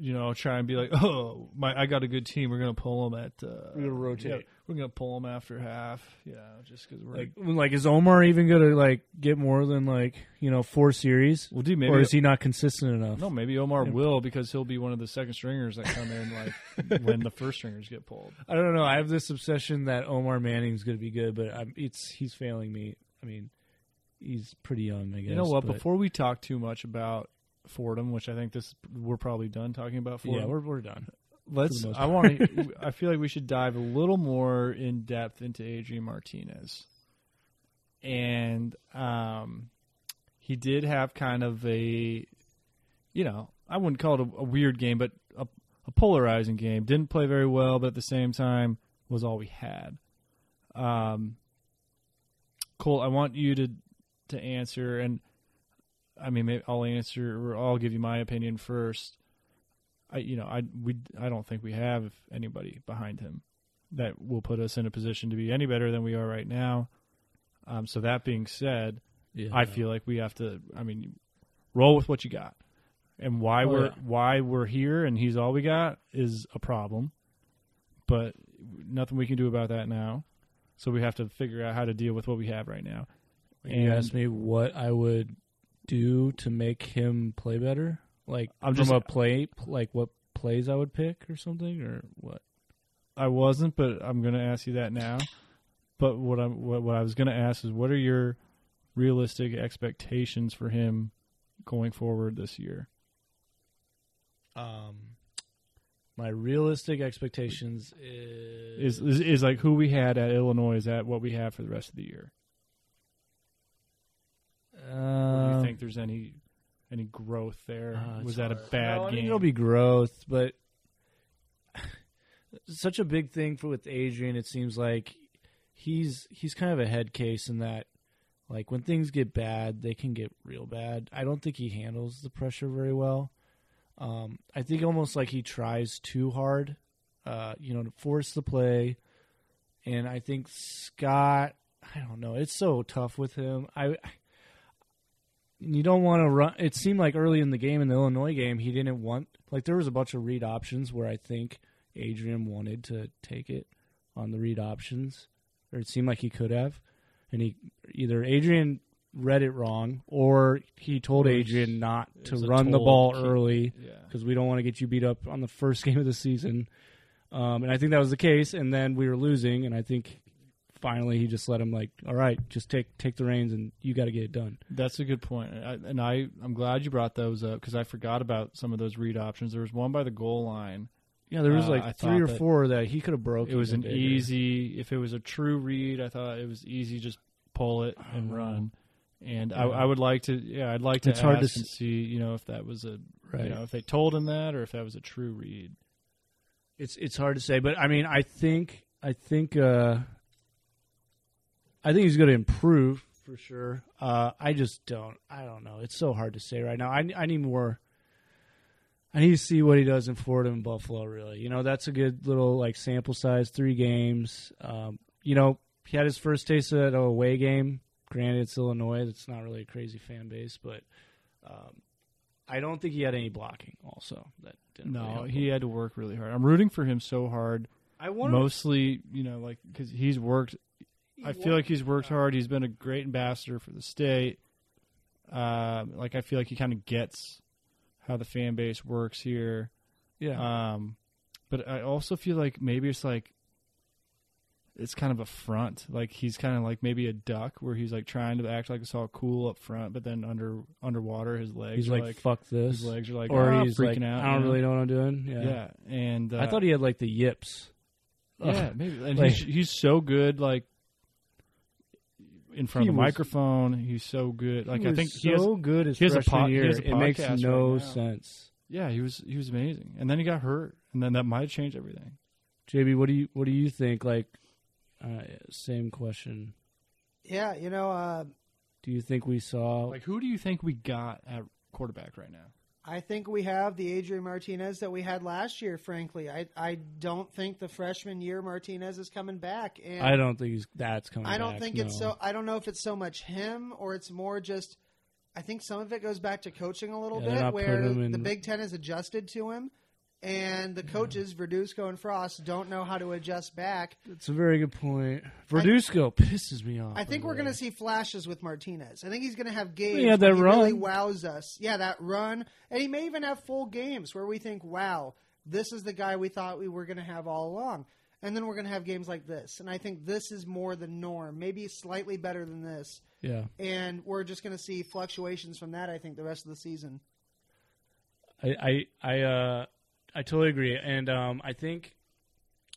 S2: you know, try and be like, (laughs) oh, my, I got a good team. We're going to pull them at. Uh,
S3: We're gonna rotate.
S2: yeah, we're going to pull them after half. Yeah, just because we're
S3: like like is Omar even going to like get more than like, you know, four series?
S2: Well, dude, maybe
S3: or is he not consistent enough?
S2: no, maybe Omar will because he'll be one of the second stringers that come in (laughs) like when the first stringers get pulled.
S3: I don't know. I have this obsession that Omar Manning's going to be good, but I'm, it's he's failing me. I mean, he's pretty young, I guess.
S2: You know what?
S3: but-
S2: Before we talk too much about Fordham, which I think this we're probably done talking about Fordham.
S3: yeah, we're we're done.
S2: Let's.
S3: most
S2: I want to. I feel like we should dive a little more in depth into Adrian Martinez, and um, he did have kind of a, you know, I wouldn't call it a, a weird game, but a, a polarizing game. Didn't play very well, but at the same time was all we had. Um, Cole, I want you to to answer, and I mean, maybe I'll answer, or I'll give you my opinion first. I you know I we I don't think we have anybody behind him that will put us in a position to be any better than we are right now. Um, so that being said,
S3: Yeah,
S2: I feel like we have to. I mean, roll with what you got, and why
S3: Oh,
S2: we're
S3: yeah.
S2: why we're here and he's all we got is a problem, but nothing we can do about that now. So we have to figure out how to deal with what we have right now.
S3: you
S2: and-
S3: asked me what I would do to make him play better, like
S2: I'm
S3: from
S2: just-
S3: a play, like what plays I would pick or something, or what.
S2: I wasn't, but I'm going to ask you that now. But what I am what, what I was going to ask is, what are your realistic expectations for him going forward this year?
S3: Um, my realistic expectations is,
S2: Is is, is like who we had at Illinois? Is that what we have for the rest of the year? Or do you
S3: um,
S2: think there's any any growth there?
S3: Uh,
S2: was
S3: it's
S2: that a
S3: hard.
S2: bad
S3: No, I
S2: game?
S3: think it'll be growth, but (laughs) such a big thing for with Adrian. It seems like he's he's kind of a head case in that, like when things get bad, they can get real bad. I don't think he handles the pressure very well. Um, I think almost like he tries too hard, uh, you know, to force the play. And I think Scott, I don't know, it's so tough with him. I you don't want to run. It seemed like early in the game in the Illinois game, he didn't want like there was a bunch of read options where I think Adrian wanted to take it on the read options, or it seemed like he could have, and he either Adrian read it wrong or he told
S2: Or it's-
S3: Adrian not to
S2: it's a
S3: run the
S2: told
S3: ball
S2: keep-
S3: early
S2: yeah.
S3: because we don't want to get you beat up on the first (laughs) game of the season. Um, and I think that was the case. And then we were losing, and I think finally he just let him like, all right, just take take the reins, and you got to get it done.
S2: That's a good point, I, and I I'm glad you brought those up because I forgot about some of those read options. There was one by the goal line
S3: Yeah, there was
S2: Uh,
S3: like
S2: I
S3: three
S2: thought
S3: or
S2: that-
S3: four that he could have broken.
S2: it was an
S3: bigger.
S2: easy if it was a true read i thought it was easy just pull it and
S3: Oh.
S2: run and I,
S3: Yeah.
S2: I would like to yeah i'd like to
S3: It's
S2: ask
S3: hard to s-
S2: and see you know if that was a
S3: Right.
S2: you know if they told him that or if that was a true read
S3: It's it's hard to say, but I mean, I think I think uh, I think he's going to improve for sure. Uh, I just don't I don't know. It's so hard to say right now. I I need more. I need to see what he does in Florida and Buffalo. Really, you know, that's a good little like sample size, three games. Um, you know, he had his first taste of an away game. Granted, it's Illinois. It's not really a crazy fan base, but um, I don't think he had any blocking. Also, that didn't really
S2: no
S3: help
S2: he had to work really hard i'm rooting for him so hard
S3: I want
S2: mostly you know like because he's worked I feel like he's worked hard. He's been a great ambassador for the state. Um, like I feel like he kind of gets how the fan base works here.
S3: Yeah.
S2: Um, but I also feel like maybe it's like it's kind of a front. Like he's kind of like maybe a duck where he's like trying to act like it's all cool up front, but then under underwater his legs
S3: he's
S2: are
S3: like,
S2: like,
S3: fuck this.
S2: his legs are like
S3: or
S2: "Ah,"
S3: he's
S2: freaking
S3: like,
S2: out.
S3: I don't
S2: you know?
S3: really know what I'm doing. Yeah.
S2: Yeah, and uh,
S3: I thought he had like the yips. (laughs)
S2: yeah, maybe. And
S3: Like-
S2: he's, he's so good, like in front
S3: He
S2: of the
S3: was-
S2: microphone. He's so good. Like I
S4: was
S2: think he has.
S4: so good as
S2: he has a
S4: freshman
S2: po- he
S4: year.
S2: has a
S4: It
S3: It makes
S2: podcast right
S3: no
S2: now.
S3: sense.
S2: Yeah, he was he was amazing. And then he got hurt, and then that might have changed everything.
S3: JB, what do you what do you think? Like, uh, same question.
S5: Yeah, you know, uh,
S3: Do you think we saw?
S2: Like, who do you think we got at quarterback right now?
S5: I think we have the Adrian Martinez that we had last year. Frankly, I I don't think the freshman year Martinez is coming back. And
S3: I don't think he's, that's coming.
S5: I don't
S3: back,
S5: think it's
S3: no.
S5: so. I don't know if it's so much him or it's more just. I think some of it goes back to coaching a little
S3: Yeah, they're
S5: bit,
S3: not
S5: where
S3: putting him in-
S5: the Big Ten has adjusted to him, and the coaches Verduzco and Frost don't know how to adjust back.
S3: It's a very good point. Verduzco pisses me off.
S5: I think we're going to see flashes with Martinez. I think he's going to have games
S3: had
S5: where
S3: that
S5: he
S3: run.
S5: really wows us. Yeah, that run, and he may even have full games where we think, "Wow, this is the guy we thought we were going to have all along." And then we're going to have games like this, and I think this is more the norm, maybe slightly better than this.
S3: Yeah,
S5: and we're just going to see fluctuations from that. I think the rest of the season.
S3: I, I, I, uh, I totally agree, and um, I think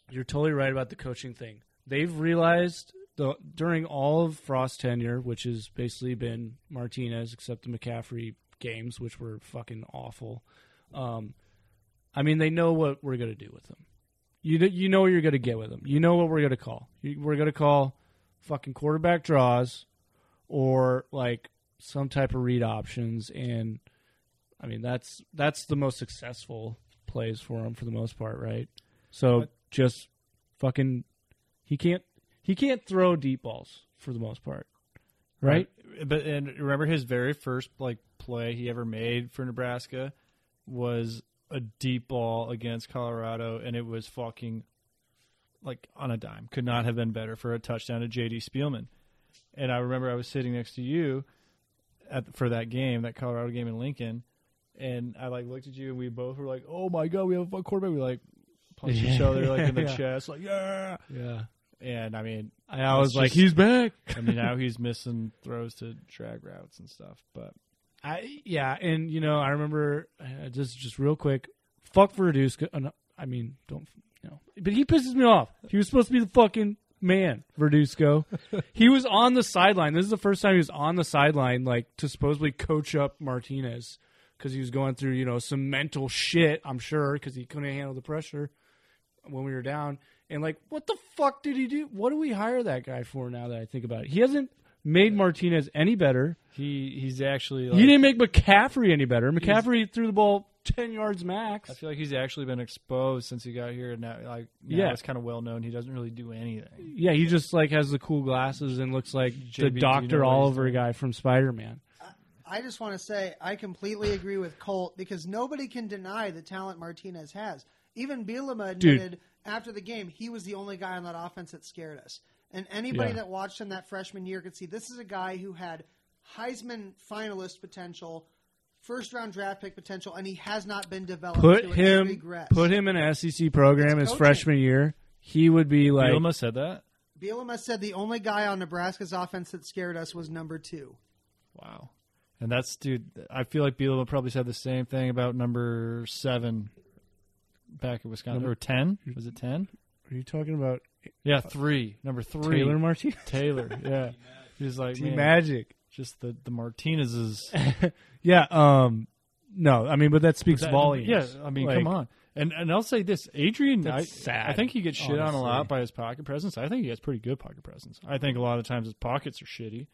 S3: you're totally right about the coaching thing. They've realized the during all of Frost's tenure, which has basically been Martinez, except the McCaffrey games, which were fucking awful. Um, I mean, they know what we're gonna do with them. You kn- you know what you're gonna get with them. You know what we're gonna call. You- We're gonna call fucking quarterback draws or like some type of read options and I mean that's that's the most successful plays for him for the most part, right? So just fucking he can't he can't throw deep balls for the most part. Right?
S2: But and remember his very first like play he ever made for Nebraska was a deep ball against Colorado, and it was fucking like on a dime. Could not have been better for a touchdown to J.D. Spielman. And I remember I was sitting next to you at for that game, that Colorado game in Lincoln, and I like looked at you, and we both were like, "Oh my god, we have a fucking quarterback!" We like punched each other like in the
S3: (laughs) Yeah.
S2: chest, like yeah.
S3: Yeah.
S2: And I mean,
S3: I was
S2: It's
S3: like
S2: just-
S3: he's back.
S2: I mean, now he's missing throws to drag routes and stuff, but
S3: I yeah, and you know, I remember uh, just just real quick. Fuck Verduzco. Uh, no, I mean, don't you know? But he pisses me off. He was supposed to be the fucking man, Verduzco. he was on the sideline. This is the first time he was on the sideline, like to supposedly coach up Martinez because he was going through you know some mental shit. I'm sure because he couldn't handle the pressure when we were down. And like, what the fuck did he do? What do we hire that guy for? Now that I think about it, he hasn't made Martinez any better.
S2: he he's actually
S3: He didn't make McCaffrey any better. McCaffrey threw the ball ten yards max.
S2: I feel like he's actually been exposed since he got here, and now like now
S3: Yeah.
S2: it's kind of well known he doesn't really do anything.
S3: Yeah, he just like has the cool glasses and looks like
S2: JB, do
S3: the
S2: you
S3: Doctor
S2: know what he's
S3: Oliver guy from Spider Man.
S5: I just want to say I completely agree with Colt because nobody can deny the talent Martinez has. Even Bielema admitted after the game he was the only guy on that offense that scared us. And anybody
S3: Yeah.
S5: that watched him that freshman year could see this is a guy who had Heisman finalist potential, first round draft pick potential, and he has not been developed.
S3: Put
S5: to its
S3: him,
S5: regress.
S3: put him in an SEC program
S5: It's
S3: his
S5: coaching.
S3: freshman year. He would be like,
S2: Bielema said that.
S5: Bielema said the only guy on Nebraska's offense that scared us was number two.
S2: Wow, and that's dude. I feel like Bielema probably said the same thing about number seven back at Wisconsin
S3: Number-
S2: or ten. Was it ten?
S3: "Are you talking about
S2: Yeah, three. Number three,
S3: Taylor (laughs) Martinez?
S2: Taylor. Yeah, he's like
S3: Team
S2: man,
S3: Magic."
S2: just the the Martinez's.
S3: (laughs) Yeah. Um. No, I mean, but that speaks
S2: That-
S3: volumes.
S2: Yeah, I mean,
S3: Like,
S2: come on. And and I'll say this, Adrian. I,
S3: That's sad,
S2: I think he gets shit on a
S3: honestly.
S2: lot by his pocket presence. I think he has pretty good pocket presence. I think a lot of times his pockets are shitty,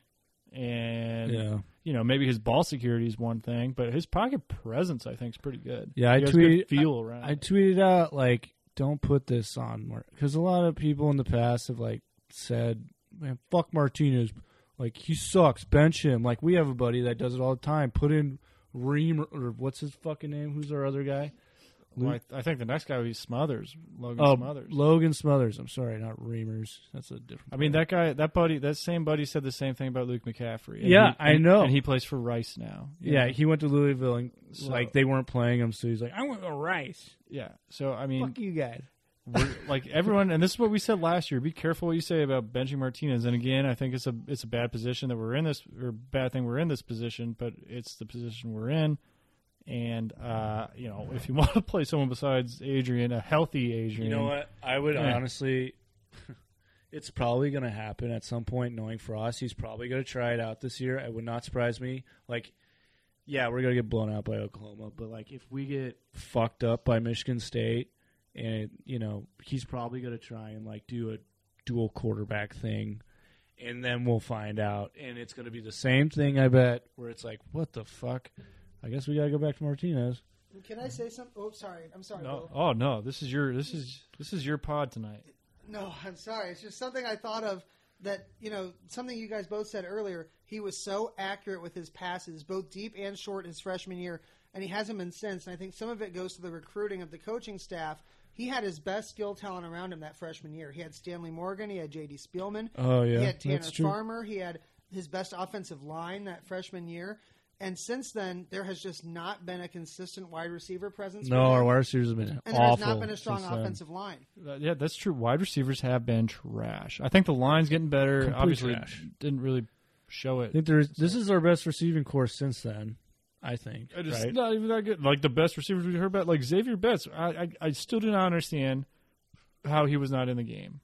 S2: and
S3: Yeah.
S2: you know maybe his ball security is one thing, but his pocket presence I think is pretty good.
S3: Yeah, I
S2: he has
S3: tweet-
S2: good feel around.
S3: I
S2: it.
S3: tweeted out like, "Don't put this on," because a lot of people in the past have like said, "Man, fuck Martinez, like he sucks, bench him." Like we have a buddy that does it all the time. Put in Ream or what's his fucking name? Who's our other guy?
S2: Well, I, I think the next guy would be Smothers, Logan
S3: oh,
S2: Smothers.
S3: Logan Smothers. I'm sorry, not Reamers. That's a different.
S2: I mean, that guy, that buddy, that same buddy said the same thing about Luke McCaffrey.
S3: Yeah,
S2: he-
S3: I know.
S2: And he plays for Rice now. you
S3: Yeah,
S2: know?
S3: he went to Louisville and
S2: So-
S3: like they weren't playing him, so he's like, I want a rice.
S2: yeah. So I mean,
S3: Fuck you guys.
S2: we're, like everyone, and this is what we said last year. Be careful what you say about benching Martinez. And again, I think it's a it's a bad position that we're in this, or bad thing we're in this position, but it's the position we're in. And uh, you know, if you (laughs) want to play someone besides Adrian, a healthy Adrian,
S3: You know what? I would
S2: Yeah.
S3: honestly. (laughs) It's probably going to happen at some point. Knowing Frost, he's probably going to try it out this year. It would not surprise me. Like, yeah, we're going to get blown out by Oklahoma, but like if we get fucked up by Michigan State, and you know he's probably going to try and like do a dual quarterback thing, and then we'll find out. And it's going to be the same thing, I bet. Where it's like, what the fuck? I guess we got to go back to Martinez.
S5: Can I say something? Oh, sorry. I'm sorry.
S2: No,
S5: Bill.
S2: oh no, this is your this is this is your pod tonight.
S5: No, I'm sorry. It's just something I thought of that, you know, something you guys both said earlier. He was so accurate with his passes, both deep and short, his freshman year, and he hasn't been since. And I think some of it goes to the recruiting of the coaching staff. He had his best skill talent around him that freshman year. He had Stanley Morgan, he had J.D. Spielman,
S3: Oh yeah,
S5: he had Tanner
S3: that's true.
S5: Farmer. He had his best offensive line that freshman year. And since then, there has just not been a consistent wide receiver presence.
S3: No,
S5: for
S3: our
S5: him,
S3: wide receivers have been
S5: and there
S3: awful.
S5: has not been a strong
S3: since then.
S5: offensive line.
S2: Uh, yeah, that's true. Wide receivers have been trash. I think the line's getting better.
S3: Complete
S2: Obviously,
S3: trash.
S2: didn't really show
S3: I
S2: it.
S3: think there's this is our best receiving course since then. I think.
S2: It's
S3: right?
S2: not even that good. Like the best receivers we heard about, like Xavier Betts. I I, I still do not understand how he was not in the game,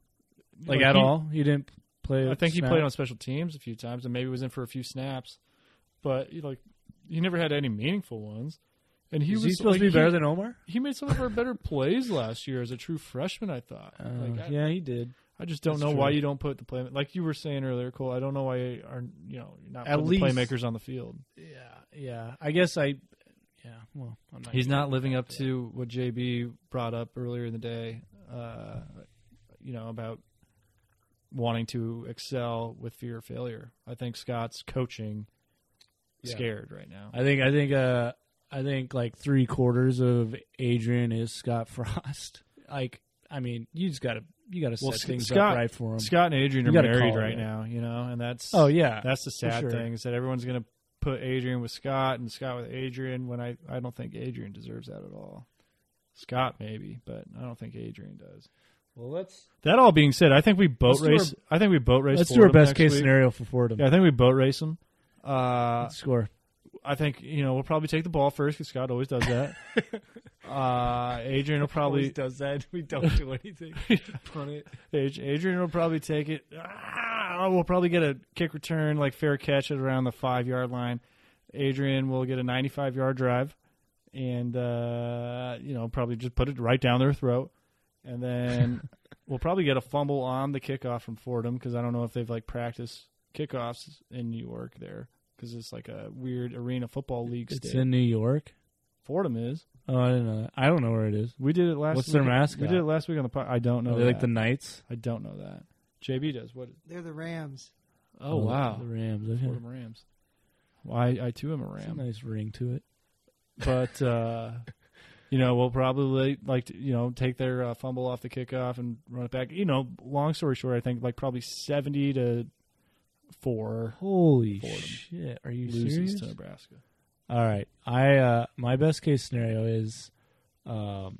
S3: like at
S2: he-
S3: all. He didn't play.
S2: I think he
S3: snap.
S2: played on special teams a few times, and maybe was in for a few snaps, but he, like he never had any meaningful ones. And he
S3: Is
S2: was
S3: he supposed
S2: like,
S3: to be better
S2: he,
S3: than Omar?
S2: he made some of our better plays last year as a true freshman. I thought.
S3: Uh,
S2: Like, I-
S3: yeah, he did.
S2: I just don't
S3: That's
S2: know why
S3: true.
S2: you don't put the play like you were saying earlier, Cole. I don't know why you are you know you're not
S3: At
S2: putting
S3: least-
S2: the playmakers on the field.
S3: Yeah, yeah. I guess I. Yeah. Well, I'm not.
S2: He's not living up to what JB brought up earlier in the day. Uh, you know about wanting to excel with fear of failure. I think Scott's coaching
S3: Yeah.
S2: scared right now.
S3: I think. I think. Uh, I think like three quarters of Adrian is Scott Frost. (laughs) Like, I mean, you just gotta you gotta
S2: Well,
S3: set
S2: Sc-
S3: things
S2: Scott-
S3: up right for him.
S2: Scott and Adrian
S3: You
S2: are
S3: gotta
S2: married
S3: call it,
S2: right
S3: yeah.
S2: now, you know, and that's
S3: oh yeah,
S2: That's the sad
S3: sure.
S2: thing is that everyone's going to put Adrian with Scott and Scott with Adrian when I, I don't think Adrian deserves that at all. Scott maybe, but I don't think Adrian does.
S3: Well, let's
S2: That all being said, I think we boat
S3: Let's do
S2: race. I think we boat race.
S3: let's do our
S2: Fordham
S3: best
S2: next
S3: case
S2: week.
S3: scenario for Fordham.
S2: Yeah, I think we boat race them. Uh,
S3: Score.
S2: I think you know we'll probably take the ball first because Scott always does that. uh, Adrian will probably
S3: does
S2: (laughs)
S3: that. We don't do anything. Punt it.
S2: Ad- Adrian will probably take it. Ah, we'll probably get a kick return, like fair catch at around the five yard line. Adrian will get a 95 yard drive and, uh, you know, probably just put it right down their throat. And
S3: (laughs)
S2: then we'll probably get a fumble on the kickoff from Fordham because I don't know if they've, like, practiced kickoffs in New York there because it's like a weird arena football league
S3: It's
S2: state.
S3: in New York.
S2: Fordham is.
S3: Oh, I didn't know that. I don't know where it is.
S2: We did it last
S3: What's
S2: week.
S3: their mascot?
S2: We did it last week on the pod. I don't know.
S3: Are they like
S2: that.
S3: the Knights?
S2: I don't know that. JB does. What?
S5: They're the Rams.
S2: Oh, wow.
S3: the Rams. Okay.
S2: Fordham Rams. Well, I, I too am a
S3: It's a
S2: Ram,
S3: nice ring to it.
S2: but (laughs) uh, you know we'll probably like to, you know take their uh, fumble off the kickoff and run it back. You know, long story short, I think like probably seventy to four
S3: Holy
S2: Fordham.
S3: shit! Are you
S2: loses
S3: serious?
S2: to Nebraska.
S3: All right. I uh, my best case scenario is, um,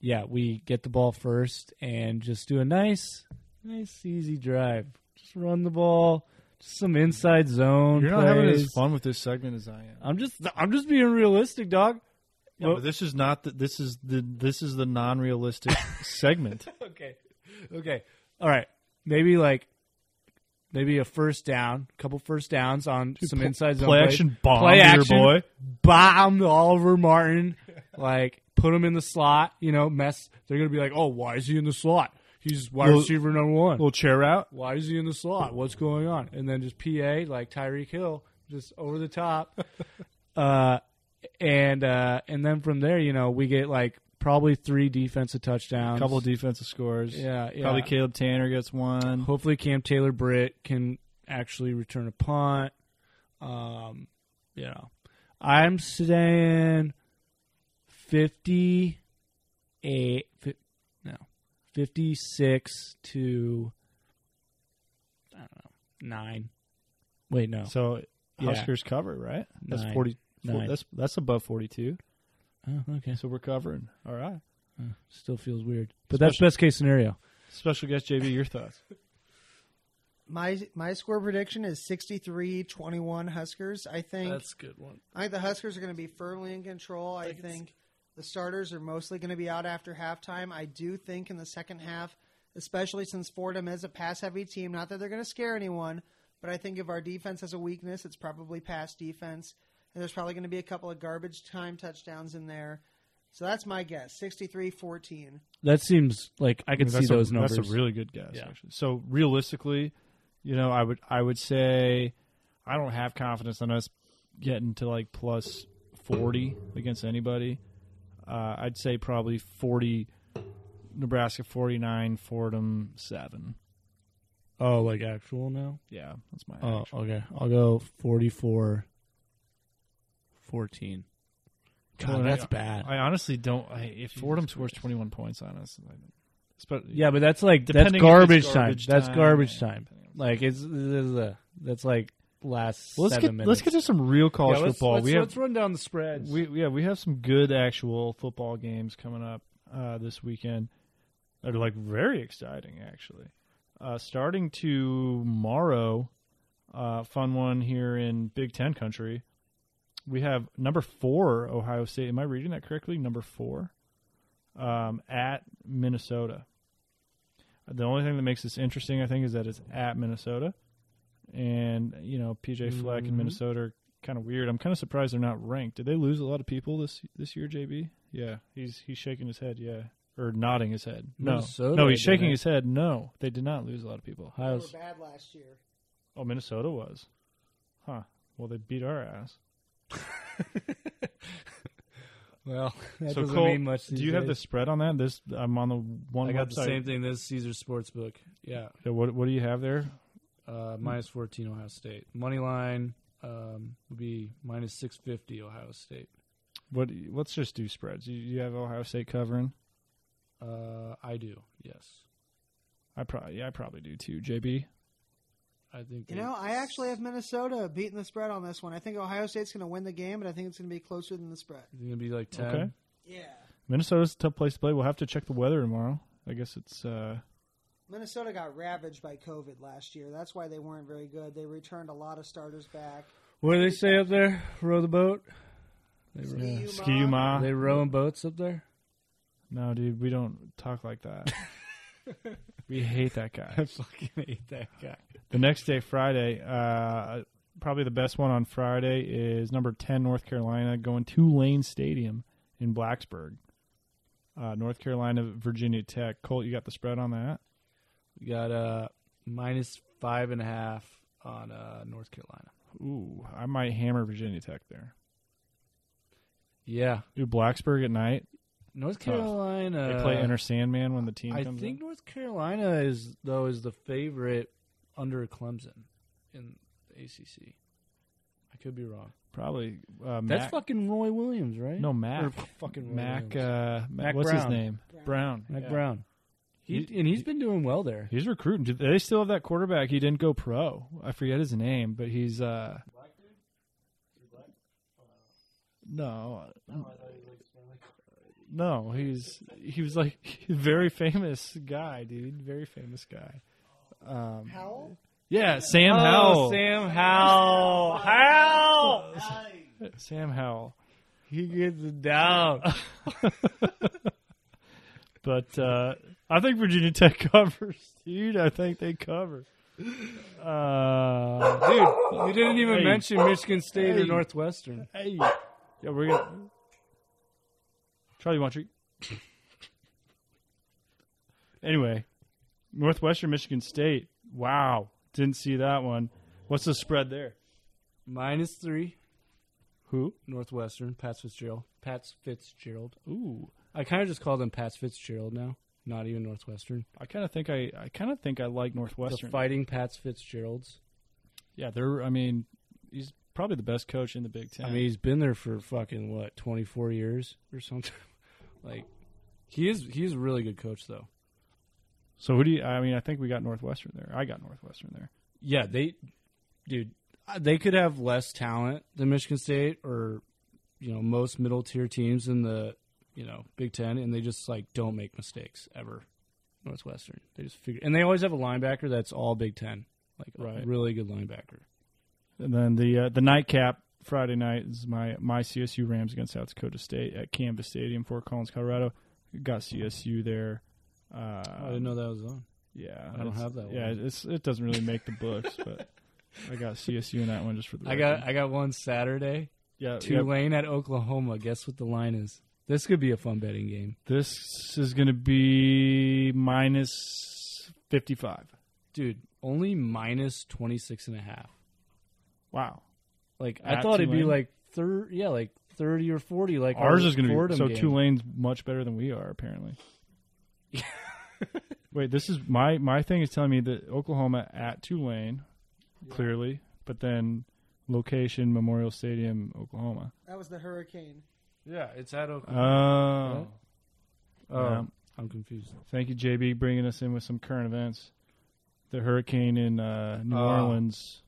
S3: yeah, we get the ball first and just do a nice, nice easy drive. Just run the ball. Just some inside zone.
S2: You're not having as
S3: plays.
S2: fun with this segment as I am.
S3: I'm just I'm just being realistic, dog.
S2: No, but this is not the, this is the this is the non-realistic (laughs) segment.
S3: okay. Okay. All right. Maybe like maybe a first down, couple first downs on some inside zone
S2: play
S3: plays.
S2: action bomb
S3: play
S2: your
S3: action,
S2: boy.
S3: bomb to Oliver Martin. like put him in the slot. You know, mess. They're gonna be like, oh, why is he in the slot? He's wide
S2: Little-
S3: receiver number one.
S2: Little chair out.
S3: why is he in the slot? What's going on? And then just PA like Tyreek Hill, just over
S2: (laughs)
S3: the top. uh, and uh, and then from there, you know, we get like probably three defensive touchdowns.
S2: A couple of defensive scores.
S3: Yeah, yeah.
S2: Probably Caleb Tanner gets one.
S3: Hopefully, Cam Taylor Britt can actually return a punt. Um, you know, I'm saying 50 eight, fi- no, fifty six to I don't know nine. Wait, no,
S2: So
S3: Yeah.
S2: Huskers cover, right? That's
S3: Nine.
S2: forty.
S3: Nine.
S2: that's that's above forty-two.
S3: oh, okay,
S2: So we're covering. All right.
S3: still feels weird, but that's best case scenario.
S2: Special guest JB, your thoughts?
S5: My my score prediction is 63-21 Huskers. I think
S4: That's a good one.
S5: I think the Huskers are going to be firmly in control. I think the starters are mostly going to be out after halftime. I do think in the second half, especially since Fordham is a pass heavy team, not that they're going to scare anyone, but I think if our defense has a weakness, it's probably pass defense. And there's probably going to be a couple of garbage time touchdowns in there. So that's my guess 63 14.
S3: That seems like I could
S2: I mean,
S3: see
S2: that's a-
S3: those numbers.
S2: That's a really good guess.
S3: Yeah.
S2: Actually. So realistically, you know, I would I would say I don't have confidence in us getting to like plus forty against anybody. Uh, I'd say probably forty. Nebraska forty nine, Fordham seven.
S3: oh, like actual now.
S2: Yeah, that's my.
S3: Oh,
S2: actual.
S3: okay. I'll go 44 14. God,
S2: Well,
S3: that's
S2: I-
S3: bad.
S2: I honestly don't. I, if Fordham scores twenty one points on us, I, but
S3: yeah, but that's like that's
S2: Depending if it's
S3: garbage,
S2: garbage
S3: time. That's
S2: time,
S3: garbage
S2: yeah,
S3: time.
S2: depending on-
S3: Like it's this is a, that's like last
S2: let's
S3: seven
S2: get
S3: minutes.
S2: let's get to some real college
S4: Yeah, let's,
S2: football.
S4: let's-
S2: we have
S4: let's run down the spreads.
S2: We yeah, we have some good actual football games coming up uh, this weekend. That are like very exciting actually. Uh, starting tomorrow, uh, fun one here in Big Ten country. We have number four Ohio State. Am I reading that correctly? Number four um, at Minnesota. The only thing that makes this interesting, I think, is that it's at Minnesota, and you know PJ Fleck and Minnesota are kind of weird. I'm kind of surprised they're not ranked. Did they lose a lot of people this this year, JB? Yeah, he's he's shaking his head. Yeah, or nodding his head. No,
S3: Minnesota,
S2: no, he's
S3: didn't
S2: shaking
S3: they?
S2: his head. No, they did not lose a lot of people.
S5: They
S3: Ohio
S5: were
S3: S-
S5: bad last year.
S2: Oh, Minnesota was, huh? Well, they beat our ass.
S3: well, that
S2: so
S3: doesn't
S2: Cole,
S3: mean much.
S2: do
S3: these
S2: you have the
S3: days.
S2: spread on that? This I'm on the one.
S4: I got the
S2: website.
S4: same thing. This Caesar Sportsbook. Yeah,
S2: Yeah, What what do you have there?
S4: uh, minus fourteen Ohio State money line um, would be minus six fifty Ohio State.
S2: What let's just do spreads. You, you have Ohio State covering.
S4: Uh, I do. Yes,
S2: I probably yeah, I probably do too. JB.
S4: I think.
S5: You
S4: they-
S5: know, I actually have Minnesota beating the spread on this one. I think Ohio State's going to win the game, but I think it's going to be closer than the spread.
S4: It's gonna be like ten.
S2: Okay.
S5: Yeah.
S2: Minnesota's a tough place to play. We'll have to check the weather tomorrow. I guess it's uh
S5: Minnesota got ravaged by COVID last year. That's why they weren't very good. They returned a lot of starters back.
S3: What do they say up there? Row the boat.
S5: Ski-U-Ma.
S2: ski ma.
S3: Are they rowing boats
S2: (laughs)
S3: up there?
S2: No, dude, we don't talk like
S3: (laughs)
S2: that. we hate that guy.
S4: fucking hate that guy.
S2: The next day, Friday, uh probably the best one on Friday is number ten North Carolina going to Lane Stadium in Blacksburg. Uh, North Carolina, Virginia Tech. Colt, you got the spread on that?
S4: We got uh minus five and a half on uh, North Carolina.
S2: Ooh, I might hammer Virginia Tech there.
S4: Yeah,
S2: Dude, Blacksburg at night.
S4: North
S2: Tough.
S4: Carolina.
S2: They
S3: Uh,
S2: play Inner Sandman when the team
S4: I
S2: comes
S4: think
S2: in.
S4: North Carolina is though is the favorite under Clemson in the ACC. I could be wrong.
S2: Probably uh,
S3: That's
S2: Mac.
S3: fucking Roy Williams, right?
S2: no, Mac.
S3: Or fucking Roy
S2: Mac.
S3: Williams.
S2: Uh,
S3: Mac
S2: What's his
S3: Brown.
S2: name? Brown.
S3: Mac
S2: Yeah.
S3: Brown. He,
S2: He-
S3: and he's been doing well there.
S2: He's recruiting. Do they still have that quarterback? He didn't go pro. I forget his name, but he's. Uh, no. No, he's he was like (laughs) very famous guy, dude. Very famous guy.
S5: Howell?
S2: Yeah, Sam
S4: Oh,
S2: Howell.
S3: Oh, Sam Howell. Howell.
S2: Sam Howell.
S3: He gets it down.
S2: (laughs) But uh, I think Virginia Tech (laughs) covers, dude. I think they cover. Uh,
S4: Dude, you didn't even
S2: Hey.
S4: mention Michigan State or
S2: Hey.
S4: Northwestern.
S2: hey, yeah, we're gonna. Charlie, you want a treat? (laughs) Anyway, Northwestern Michigan State. Wow, didn't see that one. What's the spread there?
S4: Minus three,
S2: Who?
S4: Northwestern, Pat Fitzgerald. Pat Fitzgerald.
S2: Ooh,
S4: I kind of just call them Pat Fitzgerald now. Not even Northwestern.
S2: I kind of think I, I kind of think I like
S4: The
S2: Northwestern.
S4: fighting Pats Fitzgeralds.
S2: Yeah, they're. I mean, he's probably the best coach in the Big Ten.
S4: I mean, he's been there for fucking what, twenty four years or something. (laughs) like,
S3: He is he's a really good coach though.
S2: So who do you? I mean, I think we got Northwestern there. I got Northwestern there.
S3: Yeah, they, dude, uh, they could have less talent than Michigan State or, you know, most middle tier teams in the, you know, Big Ten, and they just like don't make mistakes ever. Northwestern, they just figure, and they always have a linebacker that's all Big Ten, like a
S2: Right.
S3: really good linebacker.
S2: And then the uh, the nightcap Friday night is my my CSU Rams against South Dakota State at Canvas Stadium, Fort Collins, Colorado. Got CSU there. Uh,
S3: I didn't know that was on.
S2: yeah,
S3: I don't
S2: it's-
S3: have that one.
S2: Yeah, it's, it doesn't really make the books,
S3: (laughs)
S2: but I got CSU in that one just for the.
S3: I got
S2: record.
S3: I got one Saturday,
S2: yeah, yeah.
S3: Tulane at Oklahoma. Guess what the line is? This could be a fun betting game,
S2: This is going to be minus fifty five.
S3: dude. Only minus twenty six and a half.
S2: Wow,
S3: Like I
S2: At
S3: thought it'd be
S2: Tulane?
S3: like third, yeah, like thirty or forty. Like
S2: ours
S3: our
S2: is going to be
S3: Fordham
S2: so
S3: game.
S2: Tulane's much better than we are
S3: (laughs)
S2: apparently. Wait, this is my my thing is telling me that Oklahoma at Tulane, clearly, but then location Memorial Stadium, Oklahoma.
S5: That was the hurricane.
S3: Yeah, it's at Oak.
S2: Oh,
S3: oh,
S2: yeah.
S3: I'm confused.
S2: Um, thank you, JB, bringing us in with some current events. The hurricane in uh, New
S3: Oh.
S2: Orleans,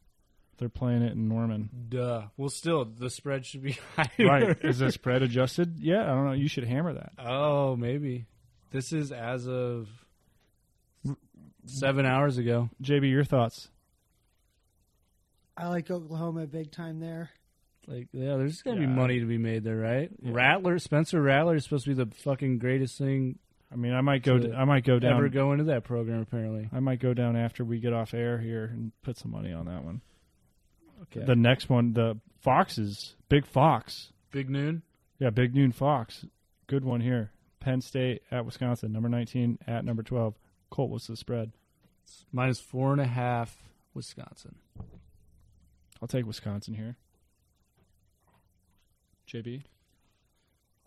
S2: they're playing it in Norman.
S3: (laughs) Duh. Well, still the spread should be (laughs) higher.
S2: Right? is the spread adjusted? Yeah, I don't know. You should hammer that.
S3: Oh, maybe. This is as of seven hours ago.
S2: JB, your thoughts?
S5: I like Oklahoma big time there.
S3: Like, yeah, there's just gotta
S2: Yeah.
S3: be money to be made there, right? Rattler, Spencer Rattler is supposed to be the fucking greatest thing
S2: I mean, I might go.
S3: To
S2: I might go down.
S3: ever go into that program. Apparently,
S2: I might go down after we get off air here and put some money on that one.
S3: okay.
S2: The next one, the Foxes, Big Fox.
S3: Big noon.
S2: Yeah, Big Noon Fox. Good one here. Penn State at Wisconsin, number 19 at number 12. Colt, what's the spread?
S3: Minus four and a half. Wisconsin.
S2: I'll take Wisconsin here. JB?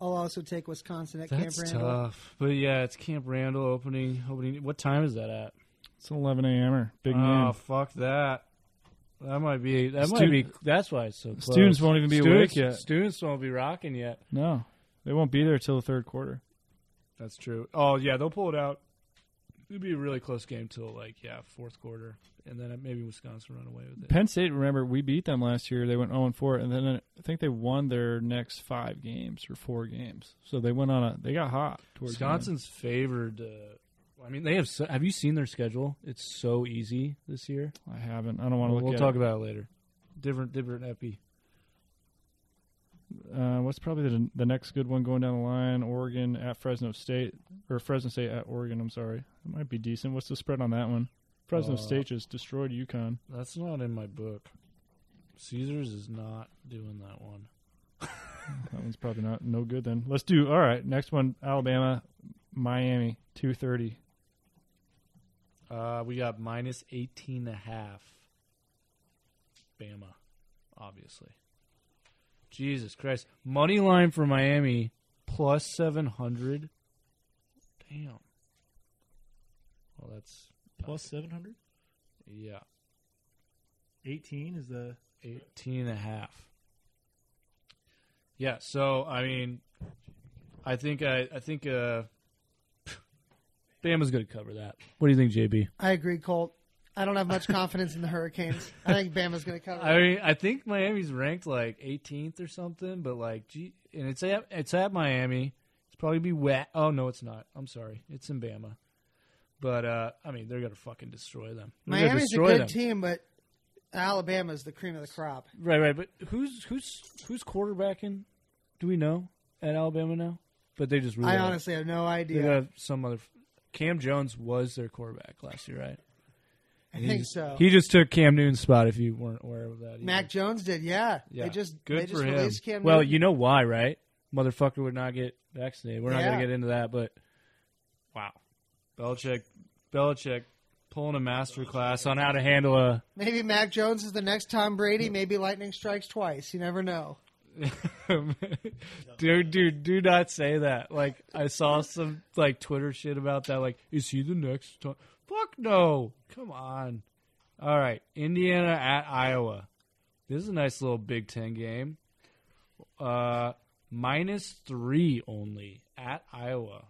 S5: I'll also take Wisconsin at
S3: That's
S5: Camp Randall.
S3: tough. But yeah, it's Camp Randall opening. Opening. What time is that at?
S2: It's an 11 a.m.er. er, Big
S3: oh,
S2: Noon.
S3: fuck that. That might be. That
S2: Stu-
S3: might be. That's why it's so. Close.
S2: Students won't even be awake
S3: Students-
S2: yet.
S3: Students won't be rocking yet.
S2: No, they won't be there till the third quarter.
S3: That's true. Oh yeah, they'll pull it out. It'll be a really close game till like yeah fourth quarter, and then maybe Wisconsin run away with it.
S2: Penn State, remember, we beat them last year. They went 0 4, and then I think they won their next five games or four games. So they went on a. They got hot towards the end.
S3: Wisconsin's favored. Uh, I mean, they have. So, have you seen their schedule? It's so easy this year.
S2: I haven't. I don't want to look
S3: We'll
S2: at
S3: talk
S2: it.
S3: about it later. Different, different epi.
S2: Uh, what's probably the, the next good one going down the line? Oregon at Fresno State, or Fresno State at Oregon. I'm sorry, it might be decent. What's the spread on that one? Fresno
S3: Uh,
S2: State just destroyed UConn.
S3: That's not in my book. Caesars is not doing that one.
S2: That one's probably not no good. Then let's do all right. Next one, Alabama, Miami, two thirty.
S3: Uh, we got minus 18 and a half. Bama, obviously. Jesus Christ. Money line for Miami, plus 700. Damn. Well, that's,
S6: Plus 700?
S3: yeah,
S6: 18 is the.
S3: 18 and a half. Yeah, so, I mean, I think, I, I think, uh, Bama's going to cover that. What do you think, JB?
S5: I agree, Colt. I don't have much confidence in the Hurricanes. I think Bama's going to cover.
S3: I mean, I think Miami's ranked like 18th or something, but like, gee, and it's at it's at Miami. It's probably be wet. Oh no, it's not. I'm sorry, it's in Bama. But uh, I mean, they're gonna fucking destroy them. They're gonna
S5: Miami's a
S3: destroy
S5: good
S3: them.
S5: team, but Alabama's the cream of the crop.
S3: right? Right. But who's who's who's quarterbacking? Do we know at Alabama now? But they just really
S5: I
S3: are.
S5: honestly have no
S3: they
S5: idea.
S3: got some other. Cam Jones was their quarterback last year, right?
S5: I
S3: He
S5: think
S3: just-
S5: so.
S3: He just took Cam Newton's spot. If you weren't aware of that, either.
S5: Oh. Mac Jones did, yeah.
S3: Yeah.
S5: They just
S3: Good
S5: they just
S3: for him.
S5: released Cam.
S3: Well,
S5: Newton.
S3: you know why, right? Motherfucker would not get vaccinated. We're not
S5: Yeah.
S3: gonna get into that, but wow, Belichick, Belichick pulling a master class on how to handle a.
S5: maybe Mac Jones is the next Tom Brady. Maybe lightning strikes twice. You never know.
S3: (laughs) dude, dude, do not say that. Like I saw some like Twitter shit about that. Like, is he the next? Tom? Fuck no! Come on. All right, Indiana at Iowa. This is a nice little Big Ten game. Uh, minus three only at Iowa.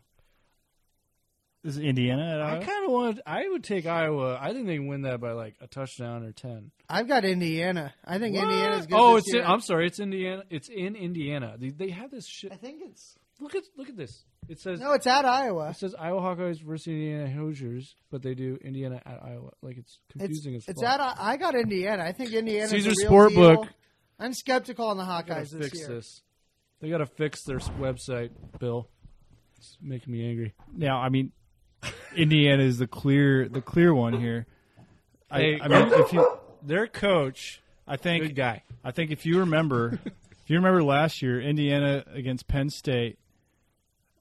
S2: Is it Indiana at
S3: I
S2: Iowa?
S3: kind of want. I would take Iowa. I think they can win that by like a touchdown or ten.
S5: I've got Indiana. I think Indiana's good.
S3: oh,
S5: this
S3: it's
S5: year.
S3: in, I'm sorry, it's Indiana. It's in Indiana. They, they have this shit.
S5: I think it's
S3: Look at look at this. It says
S5: no, it's at
S3: it
S5: Iowa.
S3: says Iowa Hawkeyes versus Indiana Hoosiers, but they do Indiana at Iowa. Like it's
S5: It's,
S3: confusing as
S5: it's
S3: fuck.
S5: at. I I got Indiana. I think Indiana's
S3: Caesar
S5: a real
S3: Sportbook.
S5: deal. I'm skeptical on the
S3: They gotta
S5: Hawkeyes this
S3: fix
S5: year.
S3: this. They gotta fix their s- website, Bill. It's making me angry.
S2: now, I mean, Indiana is the clear the clear one here. I,
S3: Hey.
S2: I mean, if you,
S3: Their coach,
S2: I think
S3: good guy.
S2: I think if you
S3: (laughs)
S2: remember, if you remember last year, Indiana against Penn State.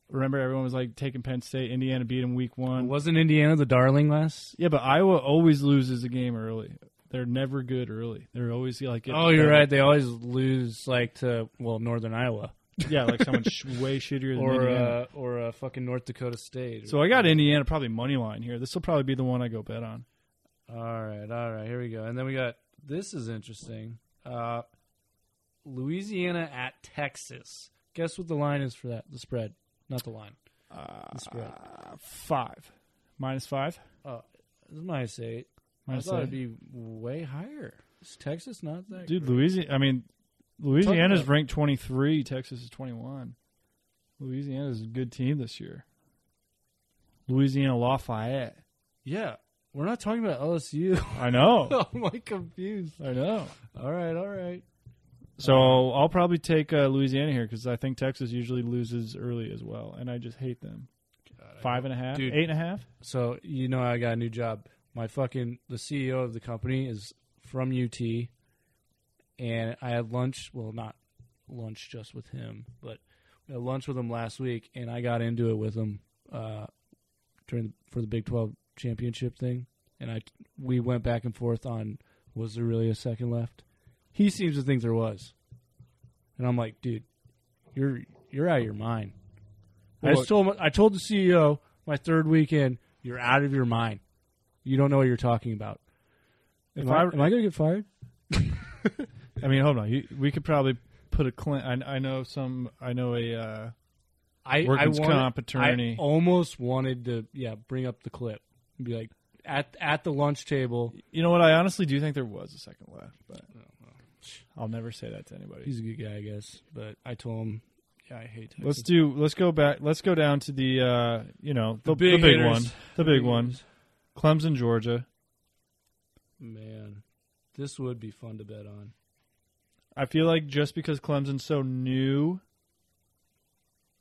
S2: Remember, everyone was like taking Penn State. Indiana beat them week one.
S3: Wasn't Indiana the darling last?
S2: Yeah, but Iowa always loses a game early. They're never good early. They're always like, getting
S3: Oh, you're
S2: better.
S3: right. They always lose like to well Northern Iowa
S2: (laughs) Yeah, like someone
S3: (laughs)
S2: sh- way shittier than
S3: or
S2: Indiana.
S3: uh, or uh, fucking North Dakota State.
S2: so I got Indiana probably money line here. This will probably be the one I go bet on.
S3: All right, all right, here we go. And then we got this is interesting. Uh, Louisiana at Texas. Guess what the line is for that? The spread, not the line. the spread.
S2: Uh, five, minus five.
S3: This is minus eight.
S2: Minus
S3: I thought
S2: eight.
S3: it'd be way higher. Is Texas not that?
S2: Dude,
S3: great?
S2: Louisiana. I mean, Louisiana's
S3: uh, Talk about-
S2: ranked 23. Texas is 21. Louisiana's a good team this year. Louisiana Lafayette.
S3: Yeah, we're not talking about LSU.
S2: I know.
S3: (laughs) I'm like confused.
S2: I know.
S3: All right, all right.
S2: So I'll probably take uh, Louisiana here because I think Texas usually loses early as well, and I just hate them. Five and a half,
S3: Dude.
S2: eight and a half.
S3: So you know, I got a new job. My fucking the CEO of the company is from UT, and I had lunch. Well, not lunch just with him, but we had lunch with him last week, and I got into it with him uh, during the, for the Big Twelve championship thing. And I we went back and forth on was there really a second left. He seems to think there was, and I'm like, dude, you're you're out of your mind. I just told him, I told the CEO my third weekend, you're out of your mind. You don't know what you're talking about.
S2: If
S3: Am
S2: I,
S3: I, am I going to get fired?
S2: I mean, hold on. You, we could probably put a Clint. I, I know some. I know a uh,
S3: I
S2: Workman's
S3: I wanted-
S2: comp attorney.
S3: I almost wanted to, yeah, bring up the clip and be like, at at the lunch table,
S2: You know what? I honestly do think there was a second left, but
S3: Oh,
S2: I'll never say that to anybody.
S3: he's a good guy, I guess. But I told him, yeah, I hate Texas.
S2: Let's do. Let's go back. Let's go down to the uh, you know the, the
S3: big
S2: big,
S3: hitters.
S2: one, the big one, Clemson, Georgia.
S3: Man, this would be fun to bet on.
S2: I feel like just because Clemson's so new,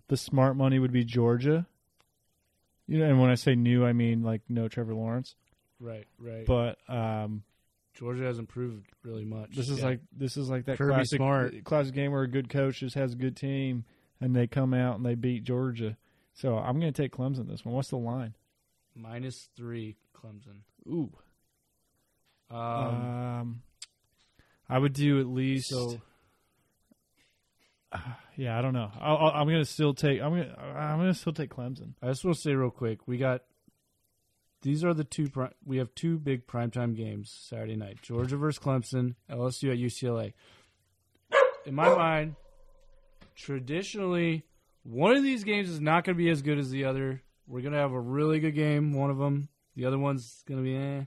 S2: the smart money would be Georgia. You know, and when I say new, I mean like no Trevor Lawrence.
S3: Right, right.
S2: But um,
S3: Georgia hasn't proved really much.
S2: this is
S3: Yeah.
S2: like this is like that
S3: Kirby
S2: classic
S3: Smart.
S2: classic game where a good coach just has a good team and they come out and they beat Georgia. So I'm going to take Clemson this one. What's the line?
S3: minus three Clemson.
S2: Ooh,
S3: Um,
S2: um, I would do at least.
S3: so
S2: yeah, I don't know. I'll, I'll, I'm going to still take. I'm going. to I'm going to still take Clemson.
S3: I just want to say real quick, we got these are the two pri- we have two big primetime games Saturday night. Georgia versus Clemson, LSU at UCLA. In my mind, traditionally one of these games is not going to be as good as the other. We're going to have a really good game, one of them. The other one's going to be eh.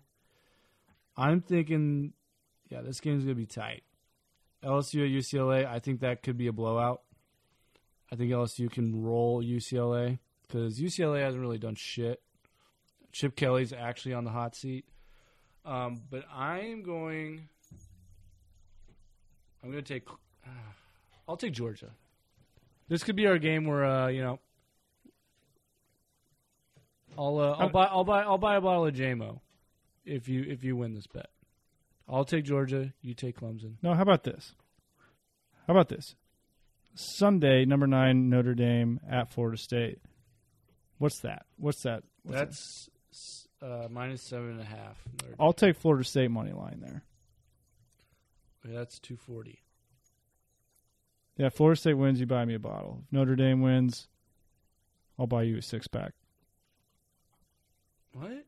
S3: I'm thinking yeah, this game's going to be tight. LSU at UCLA, I think that could be a blowout. I think LSU can roll UCLA because UCLA hasn't really done shit. Chip Kelly's actually on the hot seat, um, but I am going. I'm going to take. (sighs) I'll take Georgia. This could be our game where uh, you know. I'll uh,
S2: Um,
S3: I'll buy I'll buy I'll buy a bottle of JMO, if you if you win this bet. I'll take Georgia. You take Clemson.
S2: No, how about this? How about this? Sunday, number nine, Notre Dame at Florida State. What's that? What's that? What's that?
S3: That's s- uh, minus seven and a half. Notre
S2: I'll take Florida State money line there.
S3: Yeah, That's two forty.
S2: Yeah, if Florida State wins, you buy me a bottle. If Notre Dame wins, I'll buy you a six pack.
S3: What?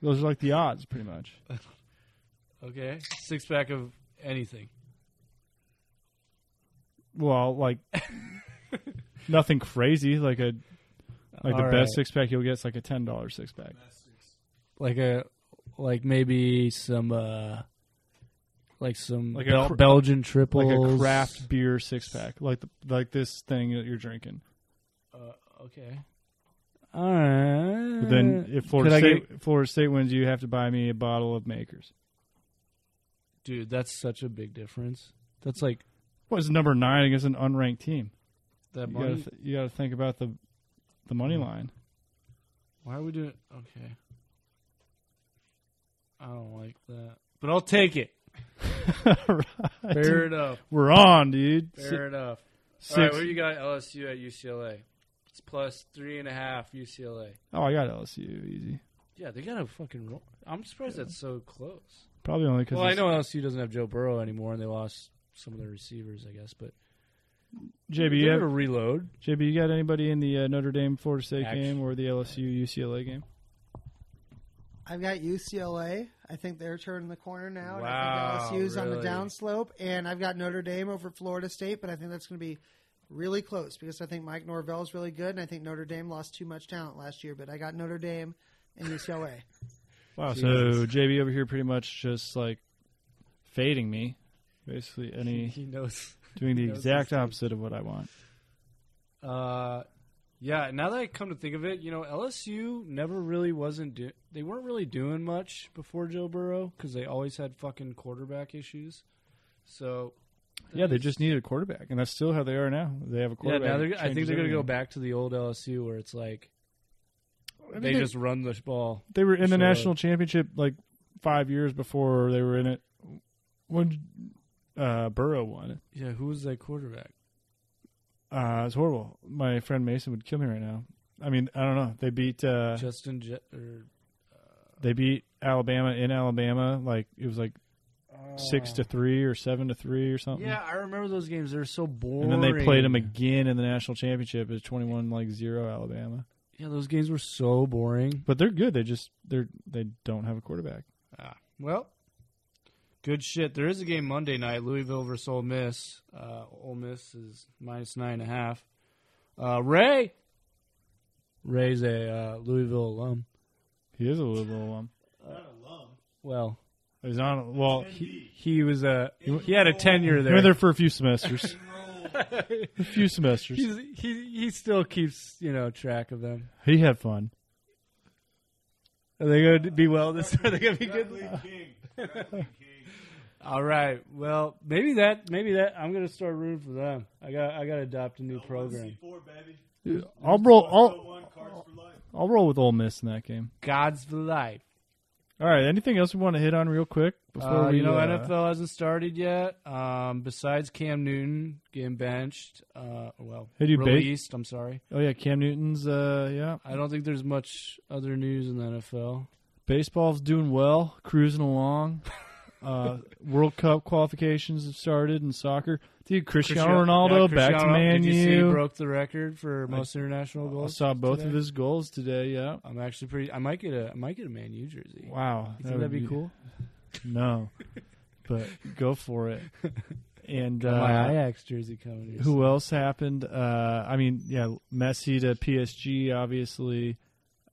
S2: Those are like the odds, pretty much.
S3: Okay, six pack of anything. (laughs)
S2: Well, like nothing crazy, like a Like the
S3: All
S2: best
S3: right.
S2: six pack you'll get is like a ten dollar six pack.
S3: like a like maybe some uh like some
S2: Like
S3: like
S2: a
S3: Bel-
S2: cr-
S3: Belgian triples,
S2: Like a craft beer six pack. Like the, like this thing that you're drinking.
S3: Okay. All right.
S2: But then if
S3: Could
S2: Florida
S3: I
S2: State Florida State wins, you have to buy me a bottle of Makers.
S3: dude, that's such a big difference. That's like
S2: What is number nine against an unranked team?
S4: That
S2: You gotta,
S4: money.
S2: th- you gotta think about the the money line.
S4: Why are we doing? Okay. I don't like that, but I'll take
S2: (laughs)
S4: it. Fair enough.
S2: We're on, dude.
S4: Fair enough.
S2: Si-
S4: All right,
S2: six-
S4: where you got LSU at UCLA? It's plus three and a half UCLA.
S2: Oh, I got LSU easy.
S4: Yeah, they got a fucking. Roll. I'm surprised that's so close.
S2: Probably only because
S3: well, I know LSU doesn't have Joe Burrow anymore, and they lost some of their receivers, I guess. But
S2: JB,
S3: They
S2: you
S3: had a
S2: have,
S3: reload.
S2: JB, you got anybody in the uh, Notre Dame Florida State
S3: Action.
S2: game or the LSU UCLA game?
S5: I've got UCLA. I think they're turning the corner now. and
S4: Wow,
S5: I think LSU's on
S4: really?
S5: the downslope, and I've got Notre Dame over Florida State, but I think that's going to be really close because I think Mike Norvell's really good, and I think Notre Dame lost too much talent last year. But I got Notre Dame and (laughs) UCLA.
S2: Wow, so
S3: Jesus.
S2: JB over here pretty much just like fading me, basically any
S4: (laughs) He knows.
S2: doing the
S4: knows
S2: exact
S4: this dude.
S2: opposite of what I want.
S4: Uh, yeah. Now that I come to think of it, you know, LSU never really wasn't. Do- they weren't really doing much before Joe Burrow because they always had fucking quarterback issues. So
S2: Yeah, they just needed a quarterback, and that's still how they are now. They have a
S3: Yeah,
S2: quarterback.
S3: now they're,
S2: that
S3: I think
S2: changes
S3: they're going to go
S2: everything.
S3: back to the old LSU where it's like
S2: I mean,
S3: they, just run the ball.
S2: they were in the
S3: Sure.
S2: national championship like five years before they were in it when uh, Burrow won it.
S4: yeah, who was that quarterback?
S2: Uh, it's horrible. My friend Mason would kill me right now. I mean, I don't know. They beat uh,
S4: Justin Je- or
S2: they beat Alabama in Alabama. Like it was like
S3: Oh.
S2: six to three or seven to three or
S3: um,
S2: something.
S4: Yeah, I remember those games. They were so boring.
S2: And then they played them again in the national championship. It's twenty one like zero Alabama.
S4: Yeah, those games were so boring.
S2: But they're good. They just they're they don't have a quarterback.
S4: Well, good shit. There is a game Monday night, Louisville versus Ole Miss. Uh, Ole Miss is minus nine and a half. Uh, Ray,
S3: Ray's a uh, Louisville alum.
S2: He is a Louisville alum.
S3: Well,
S2: He's not well.
S3: he, he was a he had a tenure
S2: They were
S3: there.
S2: there for a
S4: (laughs)
S2: few semesters. a few semesters.
S3: He's, he he still keeps you know track of them.
S2: He had fun.
S3: Are they going to be well this? Are they going to be good? All right. Well, maybe that. Maybe that. I'm going to start rooting for them. I got. I got to adopt a new program.
S2: I'll roll. I'll, I'll roll with Ole Miss in that game.
S4: God's for life.
S2: All right. Anything else we want to hit on real quick before
S4: Uh,
S2: we?
S4: you know,
S2: uh,
S4: NFL hasn't started yet. Um, besides Cam Newton getting benched, uh, well,
S2: Who do you base-
S4: released. I'm sorry.
S2: Oh yeah, Cam Newton's. Uh, yeah,
S4: I don't think there's much other news in the NFL.
S2: baseball's doing well,
S4: (laughs)
S2: cruising along. Uh, World Cup qualifications have started in soccer. Dude, Cristiano, Ronaldo
S4: yeah,
S2: back to
S4: Cristiano-
S2: Man
S4: Did you see he
S2: U.
S4: broke the record for most international
S2: I
S4: goals.
S2: saw both
S4: today?
S2: of his goals today. Yeah.
S4: I'm actually pretty. I might get a. I might get a Man U jersey.
S2: Wow.
S4: You think that'd be cool?
S2: No,
S4: (laughs)
S2: but go for it. And uh,
S4: My Ajax jersey coming. Here.
S2: Who else happened? Uh, I mean, yeah, Messi to PSG, obviously.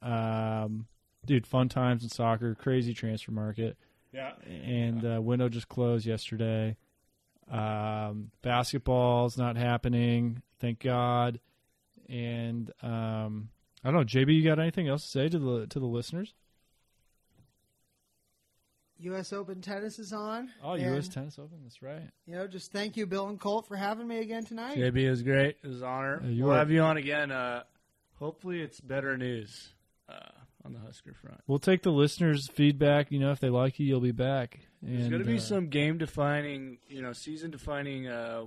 S2: Um, dude, fun times in soccer, crazy transfer market.
S7: Yeah.
S2: And uh, window just closed yesterday. Um, basketball's not happening, thank God. And um, I don't know, JB, you got anything else to say to the to the listeners?
S5: U.S. Open tennis is on.
S2: Oh,
S5: and,
S2: U.S. Tennis Open, that's right.
S5: You know, just thank you, Bill and Colt, for having me again tonight.
S3: JB is great. It was an honor.
S2: Uh, you
S3: we'll
S2: are-
S3: have you on again. Uh, hopefully, it's better news uh, on the Husker front.
S2: We'll take the listeners' feedback. You know, if they like you, you'll be back. And,
S3: There's going to be
S2: uh,
S3: some game defining, you know, season defining uh,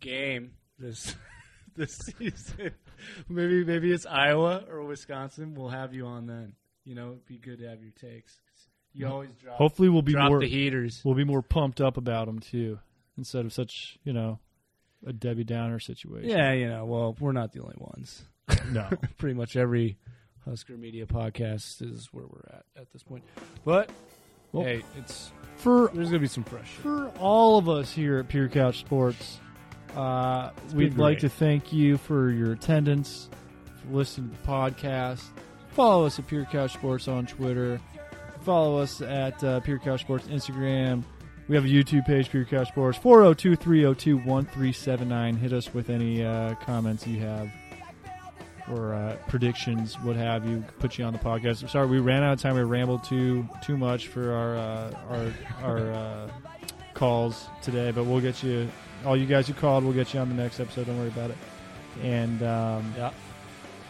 S3: game this (laughs) this season. (laughs) maybe maybe it's Iowa or Wisconsin. We'll have you on then. You know, it'd be good to have your takes. You always drop
S2: Hopefully, we'll be
S3: drop
S2: more.
S3: the heaters.
S2: we'll be more pumped up about them too, instead of such you know a Debbie Downer situation.
S3: Yeah, you know. Well, we're not the only ones.
S2: No.
S3: (laughs) Pretty much every Husker Media podcast is where we're at at this point. But
S2: Well-
S3: hey, it's
S2: for
S3: there's going to be some fresh. shit.
S2: for all of us here at Pure Couch Sports, uh,
S3: been
S2: we'd like
S3: great.
S2: to thank you for your attendance, listening to the podcast. Follow us at Pure Couch Sports on Twitter. Follow us at uh, Pure Couch Sports Instagram. We have a YouTube page, Pure Couch Sports, 402 302 1379. Hit us with any uh, comments you have or uh, predictions, what have you. Put you on the podcast. I'm sorry, we ran out of time. We rambled too too much for our uh, our our uh, calls today, but we'll get you all you guys who called. We'll get you on the next episode. Don't worry about it. And um,
S3: Yeah.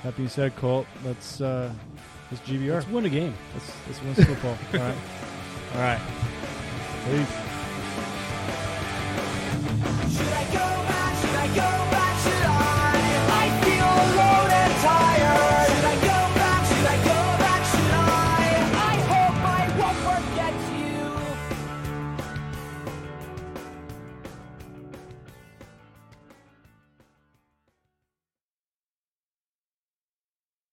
S2: that being said, Colt, let's uh, let's GBR.
S3: Let's win a game.
S2: Let's let's win some football. all right, all right. Peace.